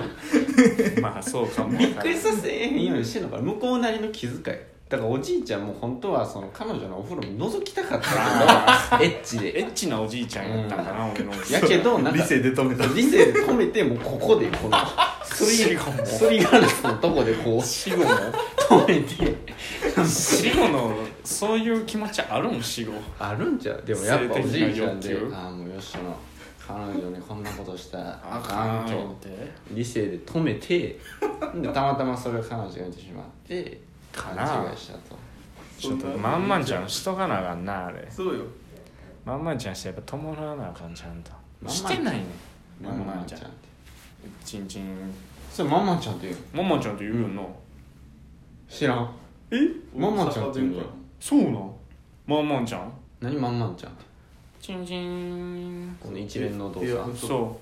A: そう まあそうかも
B: びっくりさせえへんようにしてんのかな向こうなりの気遣いだからおじいちゃんも本当はその彼女のお風呂に覗きたかったけどエッチ
A: エ
B: で
A: ッチなおじいちゃんやったんかな、俺の
B: やけどなんか
C: 理性で止めた
B: 理性で止めてもうここでこの
A: 死後も
B: すりガラスのとこでこう
A: 死後も
B: 止めて
A: 死後のそういう気持ちあるん死後
B: あるんちゃうでもやっぱおじいちゃんで
A: 性的な欲求
B: ああもうよしの彼女にこんなことしたら
A: あ
B: あ
A: か
B: か
A: ん
B: ん
A: と
B: と理性で止めて でたまたまそれを彼女が見てしまって
A: か
B: 勘
A: な
B: 違いしたと
A: ちょっとまんまんちゃんしとかなあかんなあれ
C: そうよ
A: まんまんちゃんしてやっぱ伴わなあかんちゃんと
B: まんまん
A: してないね
B: ママちゃんって
A: ちんちん
B: それママちゃんって言うの
A: まんまんちゃんって言うよな
B: 知らん
A: え
B: ママちゃんって言うの
A: そうなんまんまんちゃん
B: 何ママちゃんって
A: ちんちん
B: この一連の動
C: いや
B: 作
A: そ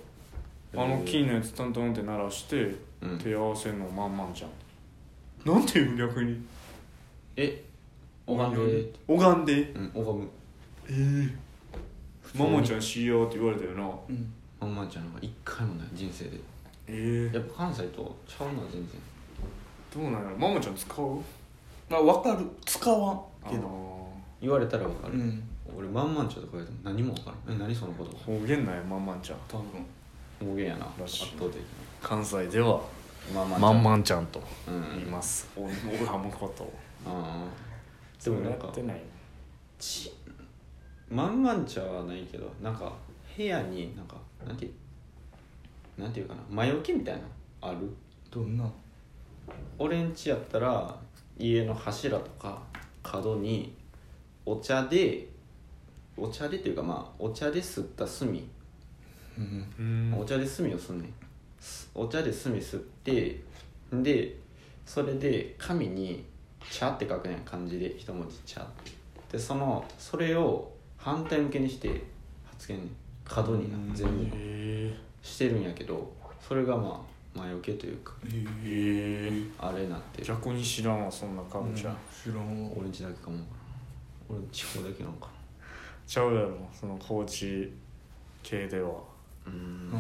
A: うあのキーのやつトントンって鳴らして
B: うん
A: 手合わせんのまんまんちゃんなんて言う逆に
B: え拝んで
A: 拝んで
B: うん拝む
A: ええまんまんちゃんしようって言われたよな
C: うん
B: ママちゃんが一回もない人生で
A: ええ
B: やっぱ関西とちゃうな全然
A: どうなんやろまんまんちゃん使う
C: まあ分かる使わんけど
A: ど
B: 言われたらわかる、
C: うん
B: 俺まんまんちゃんとか言われても何もわからんえ何その言葉
A: 方言ないまんまんちゃん
C: 多分
B: 方言やな
A: ら
B: 圧
A: しい
B: 倒的に
A: 関西では
B: まんまんちゃ
A: ま
B: ん
A: んまんちゃんと
B: うん
A: 言います、お拝むことを
B: あーでもなんか
A: それやってない
B: ちまんまんちゃんはないけどなんか部屋になんかなんてなんていうかな魔除けみたいなのある
C: どんな
B: 俺んちやったら家の柱とか角にお茶でお茶でっていうかまあお茶で吸った炭
C: うん
A: うん
B: お茶で炭をすんねんすお茶で炭吸ってでそれで紙に「茶」って書くねん漢字で一文字「茶」でそのそれを反対向けにして発言ねん角にな全部
A: え
B: してるんやけどそれがまあ魔除けというか
C: へえ
A: え
B: あれになってる
A: 逆に知らんわそんなカブちゃん、
C: 知らんわ
B: 俺んちだけかも俺んち方だけなんか
A: ちゃうやろその高知系では
B: なうん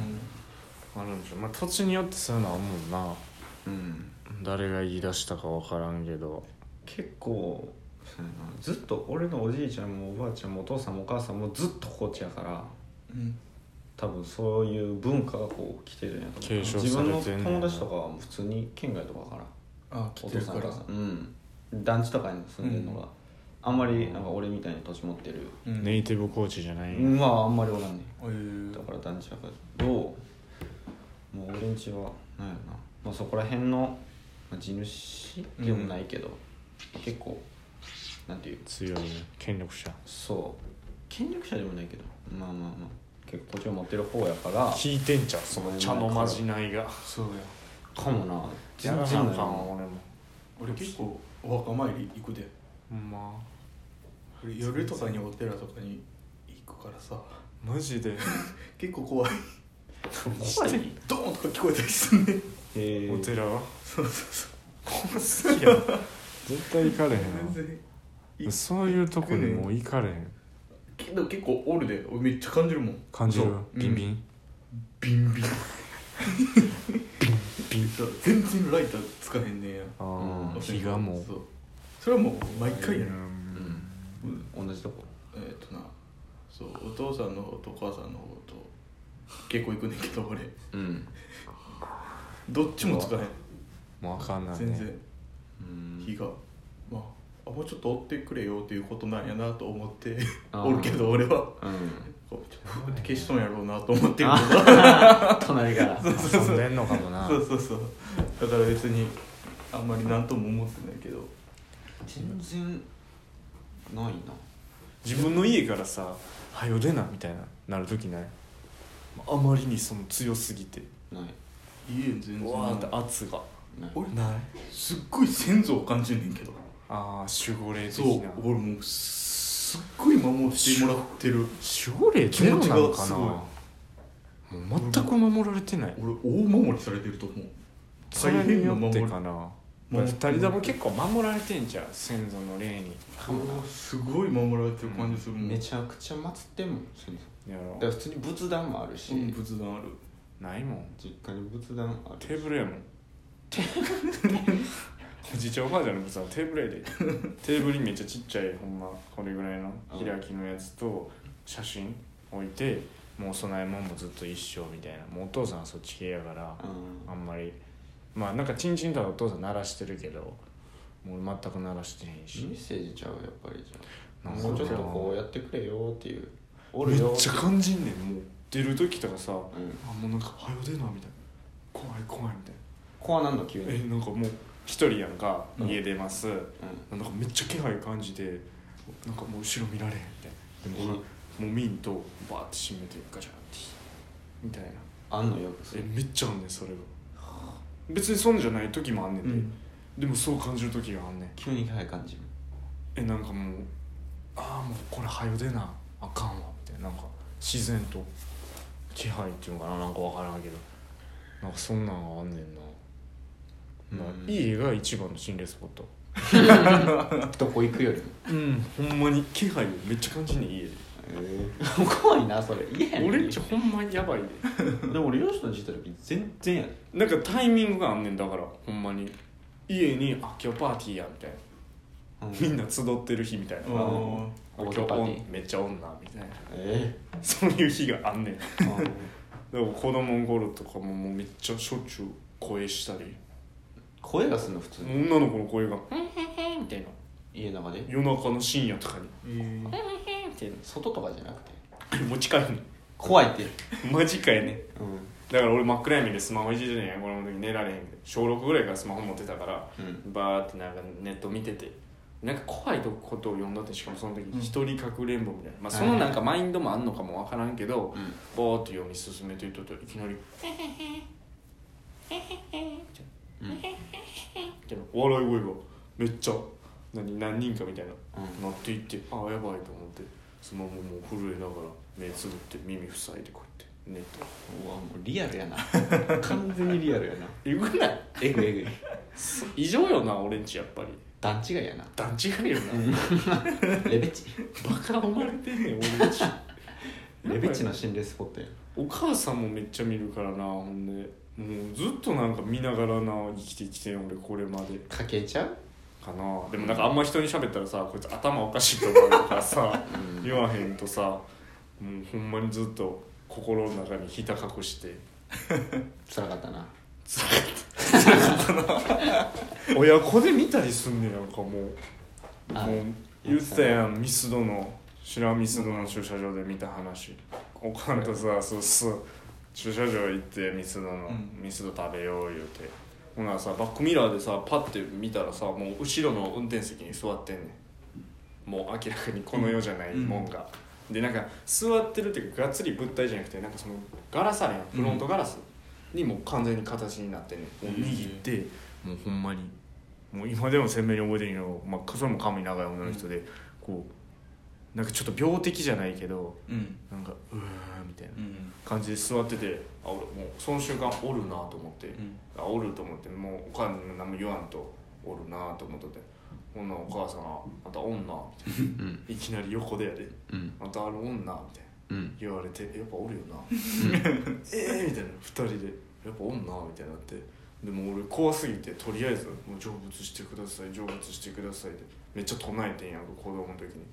A: あるんでしょまあ土地によってそういうのあるもんな
B: うん
A: 誰が言い出したか分からんけど
B: 結構そうやなずっと俺のおじいちゃんもおばあちゃんもお父さんもお母さんもずっとこっちやから
C: うん
B: 多分そういう文化がこう来てるんやと思う
A: 継承
B: 自
A: さ
B: 分
A: れ
B: の
A: てんねんな
B: 友達とかは普通に県外とかから
C: あ来てるから
B: お父さんお母さんうん団地とかに住んでるのが、あんまりなんか俺みたいに年持ってる、
C: うん
A: ネイティブコーチじゃない、
B: まああんまりおらんね
C: えー
B: んだから団地やからどうもう俺んちはなんやろな、まあ、そこら辺のまあ地主でもないけど、結構なんていう
A: 強いね権力者
B: そう権力者でもないけどまあまあまあ結構こっちを持ってる方やから
A: 聞いてんちゃうその茶のまじないが
C: そうや
B: かもな
A: や
B: 全
A: らなあ
B: 然ない
A: かんわ俺も
C: 俺結構お墓参り行くで
A: ほんま
C: 俺夜とかにお寺とかに行くからさ
A: マジ で
C: 結構怖い
A: 怖い
C: ドーンとか聞こえたりすんね
B: へ
A: お寺が
C: そうそうそう
A: 好きやん絶対行かれへんわ
C: 全然
A: そういうとこにもう行かれへん
C: けど結構おるで俺めっちゃ感じるもん
A: 感じる
C: そう
A: ビンビン
C: ビンビン
A: ビン
C: そう全然ライターつかへんねんや
A: あ
B: う
A: あ日がもう
C: そうそれはもう毎回やね、
A: うん
B: 同じとこ
C: えーっ、となそうお父さんの方とお母さんの方と結構行くねんけど俺
B: うん
C: どっちもつかへん
A: もうあかんない
C: 全
A: ね
C: 然日が、まああもうちょっと追ってくれよっていうことなんやなと思って
B: あー
C: おるけど俺は
B: うん
C: こうちょっと消しとんやろうなと思ってる
B: 隣から
A: 遊んでんのかもな
C: そうそうそうだから別にあんまり何とも思ってないけど
B: 全然ないな
A: 自分の家からさ「はよ出な」みたいななる時ないあまりにその強すぎて
B: ない
C: 家全然
A: うわーって圧が
B: ない
C: 俺
A: ない
C: すっごい先祖を感じんねんけど
A: ああ守護霊的
C: そう
A: な
C: 俺もうすっごい守ってもらってる
A: 守護霊ゼロなの
C: 気持ちが
A: か
C: す
A: な
C: ごい
A: もう全く守られてない
C: 俺大守りされてると思う
A: それによってかな
C: 大変な守り
A: 2人とも結構守られてんじゃん先祖の霊に
C: うわすごい守られてる感じするもん
B: めちゃくちゃ祀ってんもん先祖
A: やろ
B: だから普通に仏壇もあるし、
C: うん仏壇ある
A: ないもん
B: 実家に仏壇あ
A: テ
B: る
A: ーブルやもんおじいちゃんおばあちゃんの仏壇はテーブルやでテーブルにめっちゃちっちゃいほんまこれぐらいの開きのやつと写真置いてもうお供え物もずっと一緒みたいなもうお父さんはそっち系やから
B: うん
A: あんまりまあなんかチンチンとはお父さん鳴らしてるけどもう全く鳴らしてへんし
B: メッセージちゃうやっぱりじゃあ
A: なんか
B: もうちょっとこうやってくれよっていうお
A: め
B: る
A: っ
B: よ
A: ちゃ感じんねんもう出る時とかさ
B: うん
A: あもうなんか「はよ出な」みたいな「怖い怖い」みたいな
B: 怖なんだ急に
A: えなんかもう一人やんか
B: うん
A: 家出ます、
B: う
A: なんかめっちゃ気配感じてなんかもう後ろ見られへんみたいなでも俺
B: うん
A: もうミンとバーって閉めてガチャンってみたいな
B: あんのよくそ
A: え
B: れ
A: めっちゃあんねんそれが別に損じゃない時もあんねんで、
C: うん
A: でもそう感じる時があんねん
B: 急に気配感じる
A: えなんかもうああもうこれ早出なあかんわみたいななんか自然と気配っていうのかななんかわからんけどなんかそんなんがあんねんな、まあ
B: うん
A: 家が一番の心霊スポット
B: どこ行くよりも
A: うんほんまに気配めっちゃ感じんねん家で
B: ええ怖いなそれ嫌やねん
A: 俺んちほんまにやばいで
B: でも俺両親の実家の時全然やね
A: なんかタイミングがあんねんだからほんまに家に「あ今日パーティーや」みたいな、
B: うん
A: みんな集ってる日みたいな「
C: うん
A: あ
C: あ
A: 今日
B: パーティ
A: お
B: ー
A: んめっちゃ女」みたいな
B: え
A: そういう日があんねん
B: え
A: でも子供の頃とかももうめっちゃしょっちゅう声したり
B: 声がするの普通に
A: 女の子の声が「ヘンヘンヘン」みたいな
B: 家の中で
A: 夜中の深夜とかに
C: えー
A: 「ヘン」みたい
B: 外とかじゃなくて
A: なもう近いね
B: 怖いって
A: んマジかいねん
B: うん
A: だから俺真っ暗闇でスマホいじってんやんこの時寝られへん小6ぐらいからスマホ持ってたから、
B: う
A: バーってなんかネット見ててなんか怖いことを読んだってしかもその時
C: ん
A: 一人かくれんぼみたいな、まあ、
B: は
A: そ
B: い
A: のなんかマインドもあんのかもわからんけど、
B: うん
A: ボーって読み進めてるといきなり
B: うん
A: でも笑い声がめっちゃ何何人かみたいな、
B: うん
A: なっていってああやばいと思ってスマホもう震えながら目つぶって耳塞いでこうやってネット
B: うわもうリアルや な完全にリアルやな
A: えぐない
B: えぐいえぐい
A: 異常よな俺んちやっぱり
B: 段違いやな
A: 段違いよな、
B: レベチ
A: バカ生まれてん ねん俺んち
B: レベチの心霊スポットや
A: お母さんもめっちゃ見るからなほんでもうずっとなんか見ながらな生きてきてん俺これまで
B: かけちゃう
A: かなでもなんかあんま人に喋ったらさこいつ頭おかしいと思うからさ言わへんとさもうほんまにずっと心の中にひた隠 して
B: 辛かったな
A: 親子で見たりすんねやんかもう
B: あ
A: もう言ってたやんミスドの白ミスドの駐車場で見た話おかんとさそうそう駐車場行ってミスドの、
C: うん
A: ミスド食べよう言うてほなさバックミラーでさパッて見たらさもう後ろの運転席に座ってんねんもう明らかにこの世じゃないもんが、でなんか座ってるっていうかがっつり物体じゃなくてなんかそのガラスあれやんフロントガラスにもう完全に形になってんねん
C: うん
A: もう握ってもうほんまにもう今でも鮮明に覚えてるのまあそれも髪長い女の人で、こうなんかちょっと病的じゃないけど
C: うん
A: なんかうわーみたいな
C: うん
A: 感じで座っててあ俺もうその瞬間おるなと思って、
C: ん
A: あおると思ってもうおかん何も言わんとおるなと思っててほんならお母さんが「あんた女」みたい
B: うん
A: ないきなり横でやで
B: うん
A: 「あんたあれ女」みたいな
B: うん
A: 言われて「やっぱおるよな」 ええみたいな2人で「やっぱおんな」みたいになってでも俺怖すぎてとりあえず「もう成仏してください成仏してください」ってめっちゃ唱えてんやんか子供の時に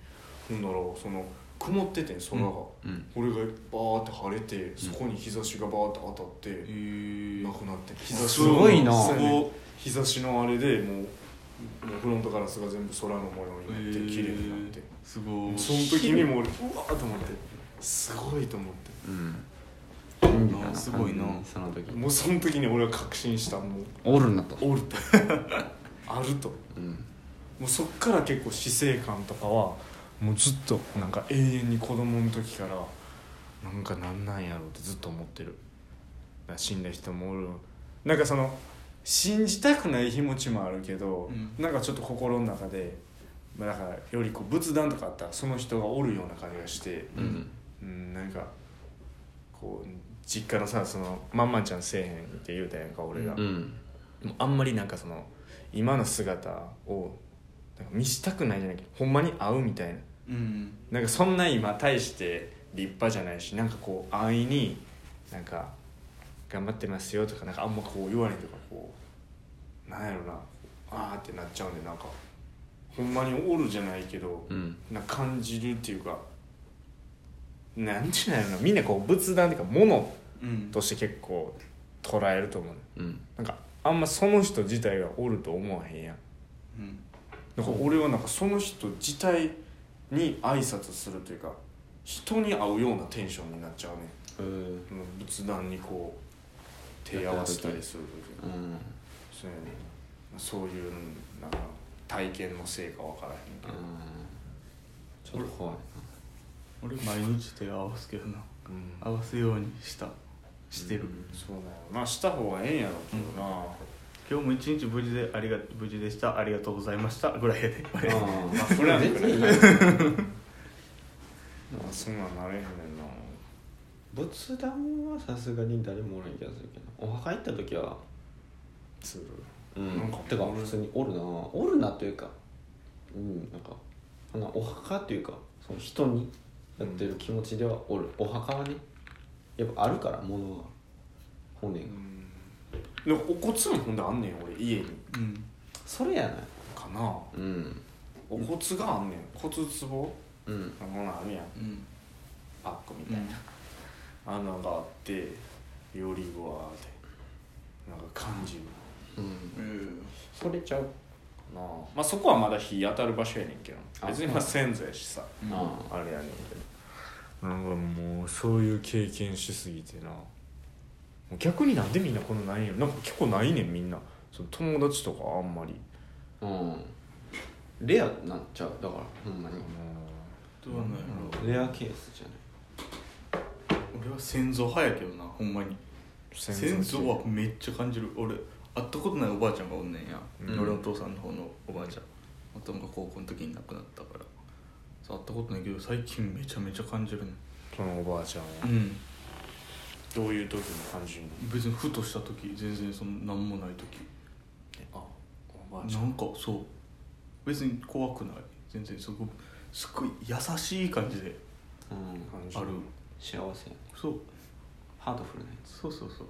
A: ほんならその曇っててん空が、
B: うん
A: 俺がバーって晴れてそこに日差しがバーって当たって、
C: えー
A: なくなって日差
B: すごいな
A: そうやね日差しのあれでもうもうフロントガラスが全部空の模様になって
C: えー
A: 綺麗になって
C: すごい
A: その時にもう俺うわーと思ってすごいと思って
B: うん
C: あすごいな
B: その時
A: もうその時に俺は確信したもう
B: おるなと
A: おるとあると
B: うん
A: もうそっから結構死生観とかはもうずっとなんか永遠に子供の時からなんかなんなんやろうってずっと思ってるだから死んだ人もおるなんかその信じたくない気持ちもあるけど、
C: うん
A: なんかちょっと心の中でまあだからよりこう仏壇とかあったらその人がおるような感じがして、
B: うん
A: うん、なんかこう実家のさその「まんまんちゃんせえへん」って言うたやんか俺が、
B: う
A: も
B: ん
A: うあんまりなんかその今の姿をなんか見したくないじゃないけどほんまに会うみたいな
C: うん
A: なんかそんな今大して立派じゃないしなんかこう安易になんか「頑張ってますよ」とかなんかあんまこう言われんとかこうなんやろなあーってなっちゃうんでなんかほんまにおるじゃないけど、
B: うん
A: な感じるっていうかなんていうのやろなみんなこう仏壇っていうか物
C: うん
A: として結構捉えると思う
B: うん
A: なんかあんまその人自体がおると思わへんやん
C: うん
A: なんか俺はなんかその人自体に挨拶するというか人に会うようなテンションになっちゃうね
B: うん
A: うん仏壇にこう手合わせたりするというか
B: うん
A: そうやねそういうなんか体験のせいかわからへんけど、
B: ちょっと怖い
C: 俺毎日手合わすけどな
A: うん
C: 合わすようにしたしてる、
A: そうだよまあした方がええんやろうけどな、
C: 今日も一日無事でありが無事でしたありがとうございましたぐらいやで 俺
B: なあ
A: フランク
B: 全然いいよ
A: まあそんなんなれへんねんな
B: 仏壇はさすがに誰もおらん気がするけどお墓行った時は
A: ツー
B: うん
A: なんか
B: てか普通におるなおるなというかうんなんかあのお墓というかその人にやってる気持ちではおる、お墓はねやっぱあるから物が骨が、
A: ルなんかお骨もほんであんねん俺家に
C: うん
B: それやない
A: かな
B: うん
A: お骨があんねん骨壺
B: うん
A: あのなんあるやん
C: うん
A: パックみたいな、穴があってよりわーってなんか感じる
B: うん
C: うん
B: それちゃう
A: なあまあそこはまだ日当たる場所やねんけど
B: あ
A: 別にまあ先祖やしさ
C: うん
B: あ
A: あれやねんけどなんかもうそういう経験しすぎてなもう逆になんでみんなこのないんやろなんか結構ないねんみんなその友達とかあんまり
B: うんレアになっちゃうだからほんまに
C: どうなんやろ
B: レアケースじゃない
C: 俺は先祖派やけどなほんまに先祖はめっちゃ感じる俺会ったことないおばあちゃんがおんねんや、
A: うん
C: 俺のお父さんの方のおばあちゃんお父さんが高校の時に亡くなったからそう会ったことないけど最近めちゃめちゃ感じるね
A: そのおばあちゃん
C: う
A: は
C: ん
A: どういう時に感じるの
C: 別にふとした時全然その何もない時
A: あおばあちゃん
C: なんかそう別に怖くない全然すごくすごい優しい感じで
B: うん
A: 感じ
C: ある
B: 幸せやね
C: そう
B: ハートフルなやつ
C: そうそうそう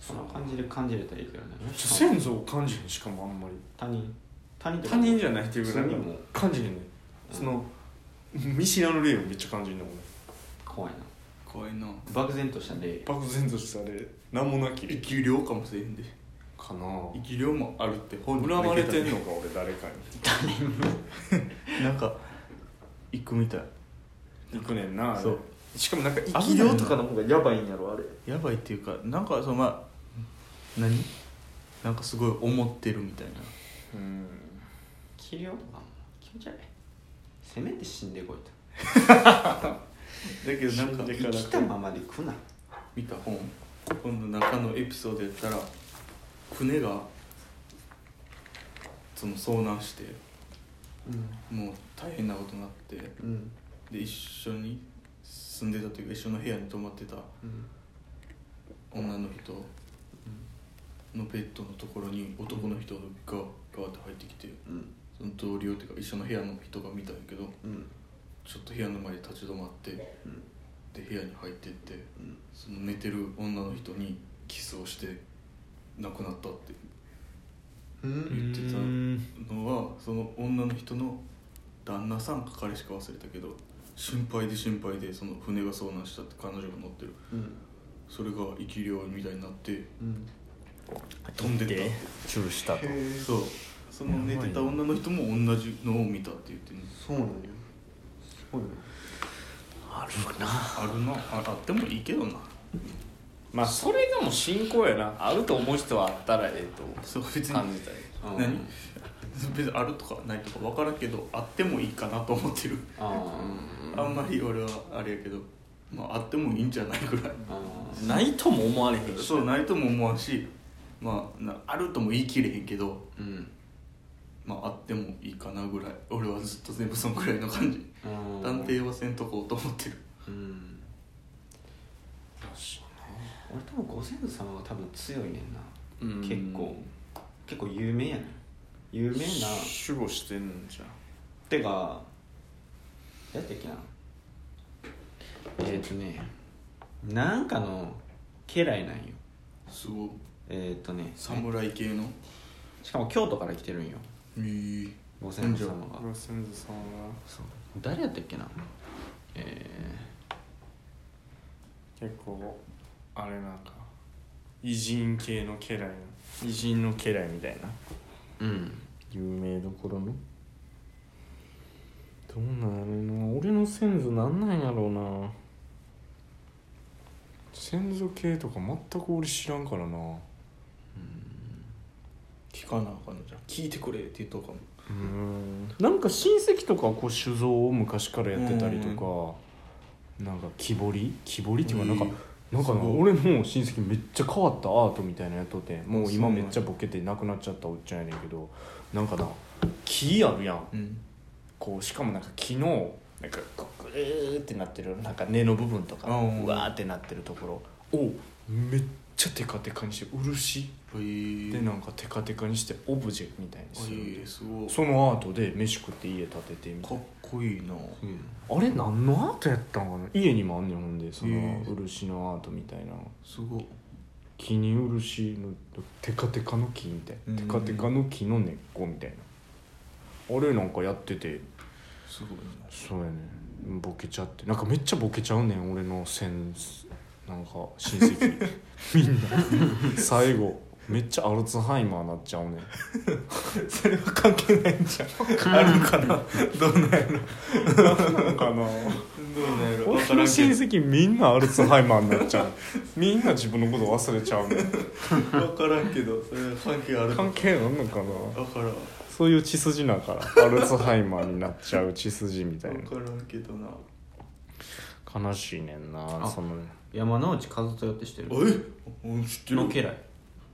B: そんな感じで感じれたらいいけどね
A: 先祖を感じへんしかもあんまり
B: 他人他人とか
A: 他人じゃないっていうぐらい
B: それにも
A: 感じへんねんその見知らぬ霊をめっちゃ感じるの俺
B: 怖いな
C: 怖いな
B: 漠然とした例
A: 漠然とした霊なんもなき
C: 生き量かもしれへんで
A: かな
C: 生き量もあるって本
A: 恨
C: に書
A: ま
C: い
A: れ
C: た
A: てんのか俺誰か
C: なんか行くみたい
A: に行くねんなあれ
C: そう
A: しかもなんか生
C: 生
A: き
C: き量
A: 量と
C: と
A: か
C: か
A: の方がやばいんやろあれ
C: やばいっていうかなんかそのまあ何なんかすごい思ってるみたいな
A: うん
B: 切りようとかも気持ち悪いせめて死んでこいと
C: だけどなん
A: 死ん
C: か
A: で
B: 生きたままで来ない
C: 見た本本の中のエピソードやったら船がその遭難して
B: う
C: もう大変なことになって
B: んうん
C: で一緒に住んでたというか一緒の部屋に泊まってた
B: うん
C: 女の人のベッドのところに男の人がガーって入ってきて
B: うん
C: その同僚っていうか一緒の部屋の人が見たんやけど
B: うん
C: ちょっと部屋の前で立ち止まって
B: うん
C: で部屋に入ってって
B: うん
C: その寝てる女の人にキスをして亡くなったって
B: う
C: 言
B: ん
C: ってたのはその女の人の旦那さんか彼しか忘れたけど心配で心配でその船が遭難したって彼女が乗ってる
B: うん
C: それが生き量みたいになって
B: うん
C: 飛んでったって
A: チューしたと
C: そうその寝てた女の人も同じのを見たって言ってね
B: そうなんやすごいね
A: あるな
C: あるなああってもいいけどな
A: まあそれがもう信仰やなあると思う人はあったらええ
C: そう別
A: と
C: に
A: 感じたり
B: あー
C: 何 別にあるとかないとか分からんけどあってもいいかなと思ってる
B: あ
C: あんまり俺はあれやけどまああってもいいんじゃないぐらい
B: ーあ
A: ないとも思われへんし
C: そうないとも思わんしまあなあるとも言い切れへんけど
B: ーうん
C: まああってもいいかなぐらい俺はずっと全部そのぐらいの感じ
B: あー
C: 探偵はせんとこうと思ってる
B: うん俺多分ご先祖様が多分強いねんな
A: うん
B: 結構結構有名やねん有名な
A: 守護してんじゃん
B: てかやったっけなえっ、とねなんかの家来なんよ
C: すごい
B: えっ、とね
C: 侍系の
B: しかも京都から来てるんよ
C: えー、
B: ご先祖様が
A: 先祖さんは
B: そう誰やったっけなえ
A: 結構あれなんか偉人系の家来な偉人の家来みたいな
B: ー、うん
A: 有名どころのどうなんやろな俺の先祖なんなんやろうな先祖系とか全く俺知らんからな
C: 聞かなあかんのじゃん聞いてくれって言っとうかも
A: うんなんか親戚とかはこう酒造を昔からやってたりとか、なんか木彫り木彫りっていうかなんか、
C: え
A: なんかな
C: すご
A: 俺
C: い
A: の親戚めっちゃ変わったアートみたいなやっとってもう
C: そうな
A: 今
C: ん
A: め
C: や
A: っちゃボケて亡くなっちゃったおっちゃんやねんけどなんかな木あるやん
C: うん
A: こうしかもなんか木のなんかこうグーってなってるなんか根の部分とか
C: うん
A: うわーってなってるところをめっちゃテカテカにして漆
C: えー、
A: でなんかテカテカにしてオブジェみたいに
C: え
A: するん
C: ー、
A: です
C: すごいか
A: そのアートで飯食って家建ててみたい
C: っ
A: な
C: こいいな
A: あれ何のアートやったんかな家にもあんねんほんでそ
C: へ
A: の
C: え
A: 漆のアートみたいな
C: すごい
A: 木に漆のテカテカの木みたいなテカテカの木の根っこみたいなあれなんかやってて
C: すごいな
A: そうやねボケちゃってなんかめっちゃボケちゃうねん俺のセンスなんか親 戚みんな最後めっちゃアルツハイマーなっちゃうねん
C: それは関係ないんじゃん。あるのかな。どうなんやろ。
A: なんかな
C: どうなんやろ。わ
A: 俺の
C: からんけ
A: 親
C: ど。
A: 戚みんなアルツハイマーになっちゃう みんな自分のこと忘れちゃうねん
C: わからんけど、それは関係ある。
A: 関
C: わ
A: 係あんのかな
C: からん。わ
A: そういう血筋なんからアルツハイマーになっちゃう血筋みたい
C: からんけどな。
A: な悲しいねんな
B: あ
A: その
B: 山之内和豊って知ってる
C: え、うん知ってる。
B: の家来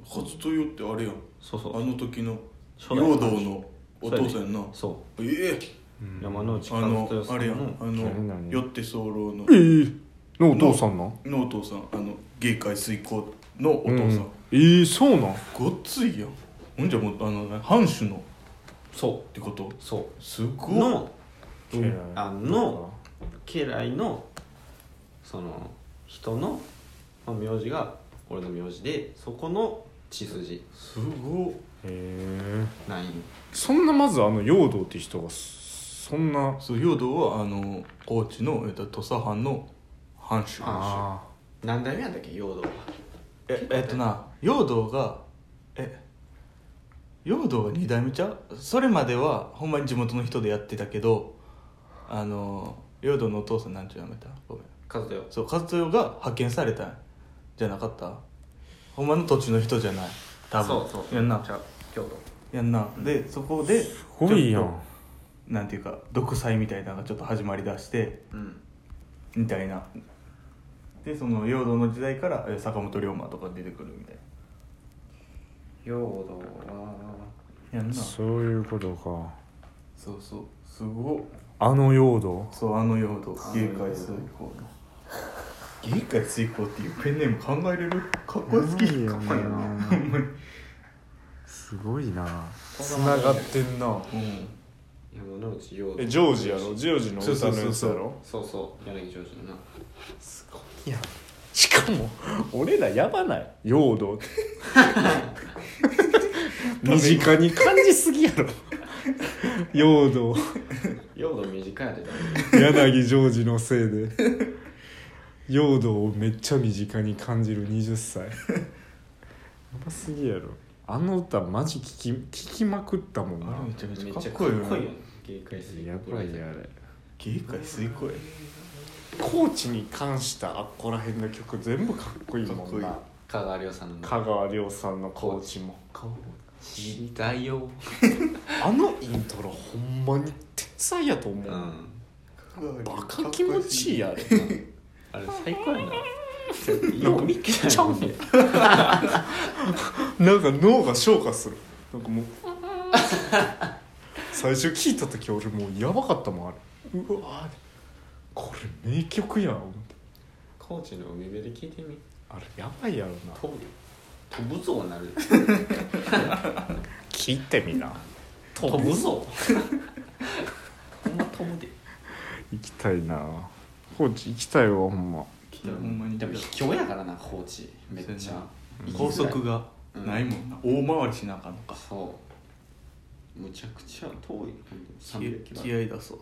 C: カツトヨってあれやん。
B: そうそう
C: あの時の
B: 初
C: 兵
B: 代
C: 道のお父さんやんな。
B: そ
C: ええ。
B: う山之内
C: あ
B: 和
C: の
B: 豊さ
C: あ
B: ん
C: れやん
B: の。
C: あ
A: 何
C: の
A: 何
C: よって候の
A: ええのお父さんなん
C: のお父さん、あの芸会水行のお父
A: う
C: さ
A: ん
C: ん。
A: ええそうなん
C: ごっついやん。ほんじゃもうあの藩主のっ
B: そ
C: てこと。
B: うそ
C: す
B: う
C: ごい。
B: の
A: うん
B: あの家来のその人のまあ名字が俺の名字でそこの血筋
C: すごい。
A: へえ
B: なんよ
A: そんなまずあの陽道って人がそんな
C: そう兵道はあの高知の、えっと、土佐藩の藩主
A: あ
B: 何代目やったっけ陽道は
C: ええっとな兵道がえ兵道が二代目ちゃうそれまではほんまに地元の人でやってたけどあの兵道のお父さんなんちゅうやめたごめん
B: 和豊
C: そう和豊が派遣されたんじゃなかったほんまの土地の人じゃない多分
B: そうそう
C: やんな
B: じゃあ京都
C: やんなでそこです
A: ごいや
C: ちょっ
A: ん
C: となんていうか独裁みたいなのがちょっと始まりだして
B: うん
C: みたいなでその陽動の時代からえ坂本龍馬とか出てくるみたい
B: 陽道は
C: なやんなそ
A: そういうことか
C: うそうすごっ
A: あの陽道
C: そうあの陽動
B: あの
C: 芸
B: 陽動
C: 会水行の芸界追行っていうペンネーム考えれるかっこ好き
D: いいよ
C: かっこいいな
D: ね
C: ほんまに
D: すごいな
A: つながってんな
C: うん
B: いや野口洋
A: えジョージやろジョージの歌のやつやろ
B: そうそう柳ジョージのな
A: やしかも俺らやばない陽動って身近に感じすぎやろ陽動
B: 用度短いやでだいぶ
A: 柳ジョージのせいで陽動をめっちゃ身近に感じる20歳やばすぎやろあの歌マジ聞き聞きまくったもん
C: あれめ
A: な
C: ちゃめ
B: め
C: ち
B: っ
C: ゃ
B: ちゃ
C: か
B: か
C: っ
B: っ
C: こ
B: こ
C: い
B: い
C: い
B: い
C: よ
B: よ
C: ね
B: ね警戒する
A: やばいやあれ
C: 芸界水行や
A: コーチに関したあっこら辺の曲全部かっこいいもん
C: かっ
A: な
C: こ
B: 香川亮さんの
A: 香川亮さんのコーチも
B: 知ったよ
A: あのイントロほんまに天才やと思
B: う
A: う、
B: ん
A: バカ気持ちいいやれ
B: あれ最高やなよく見っけ
A: ちゃうもん なんか脳が消化するなんかもう 最初聞いた時俺もうやばかったもんあれうわこれ名曲やん思って
B: 高知の海辺で聞いてみ
A: あれやばいやろな
B: 飛ぶよ飛ぶぞなる
A: 聞いてみな
B: 飛ぶぞほんま飛ぶで
A: 行きたいな高知行きたいわほんま
C: ほんまに
B: でも卑怯やからな高知めっち
C: そうや
B: ゃ
C: な高速がないもんな大回りしなあかんのか
B: そうむちゃくちゃ遠いほんと
C: 気
B: 300キロ
C: 気合い出そう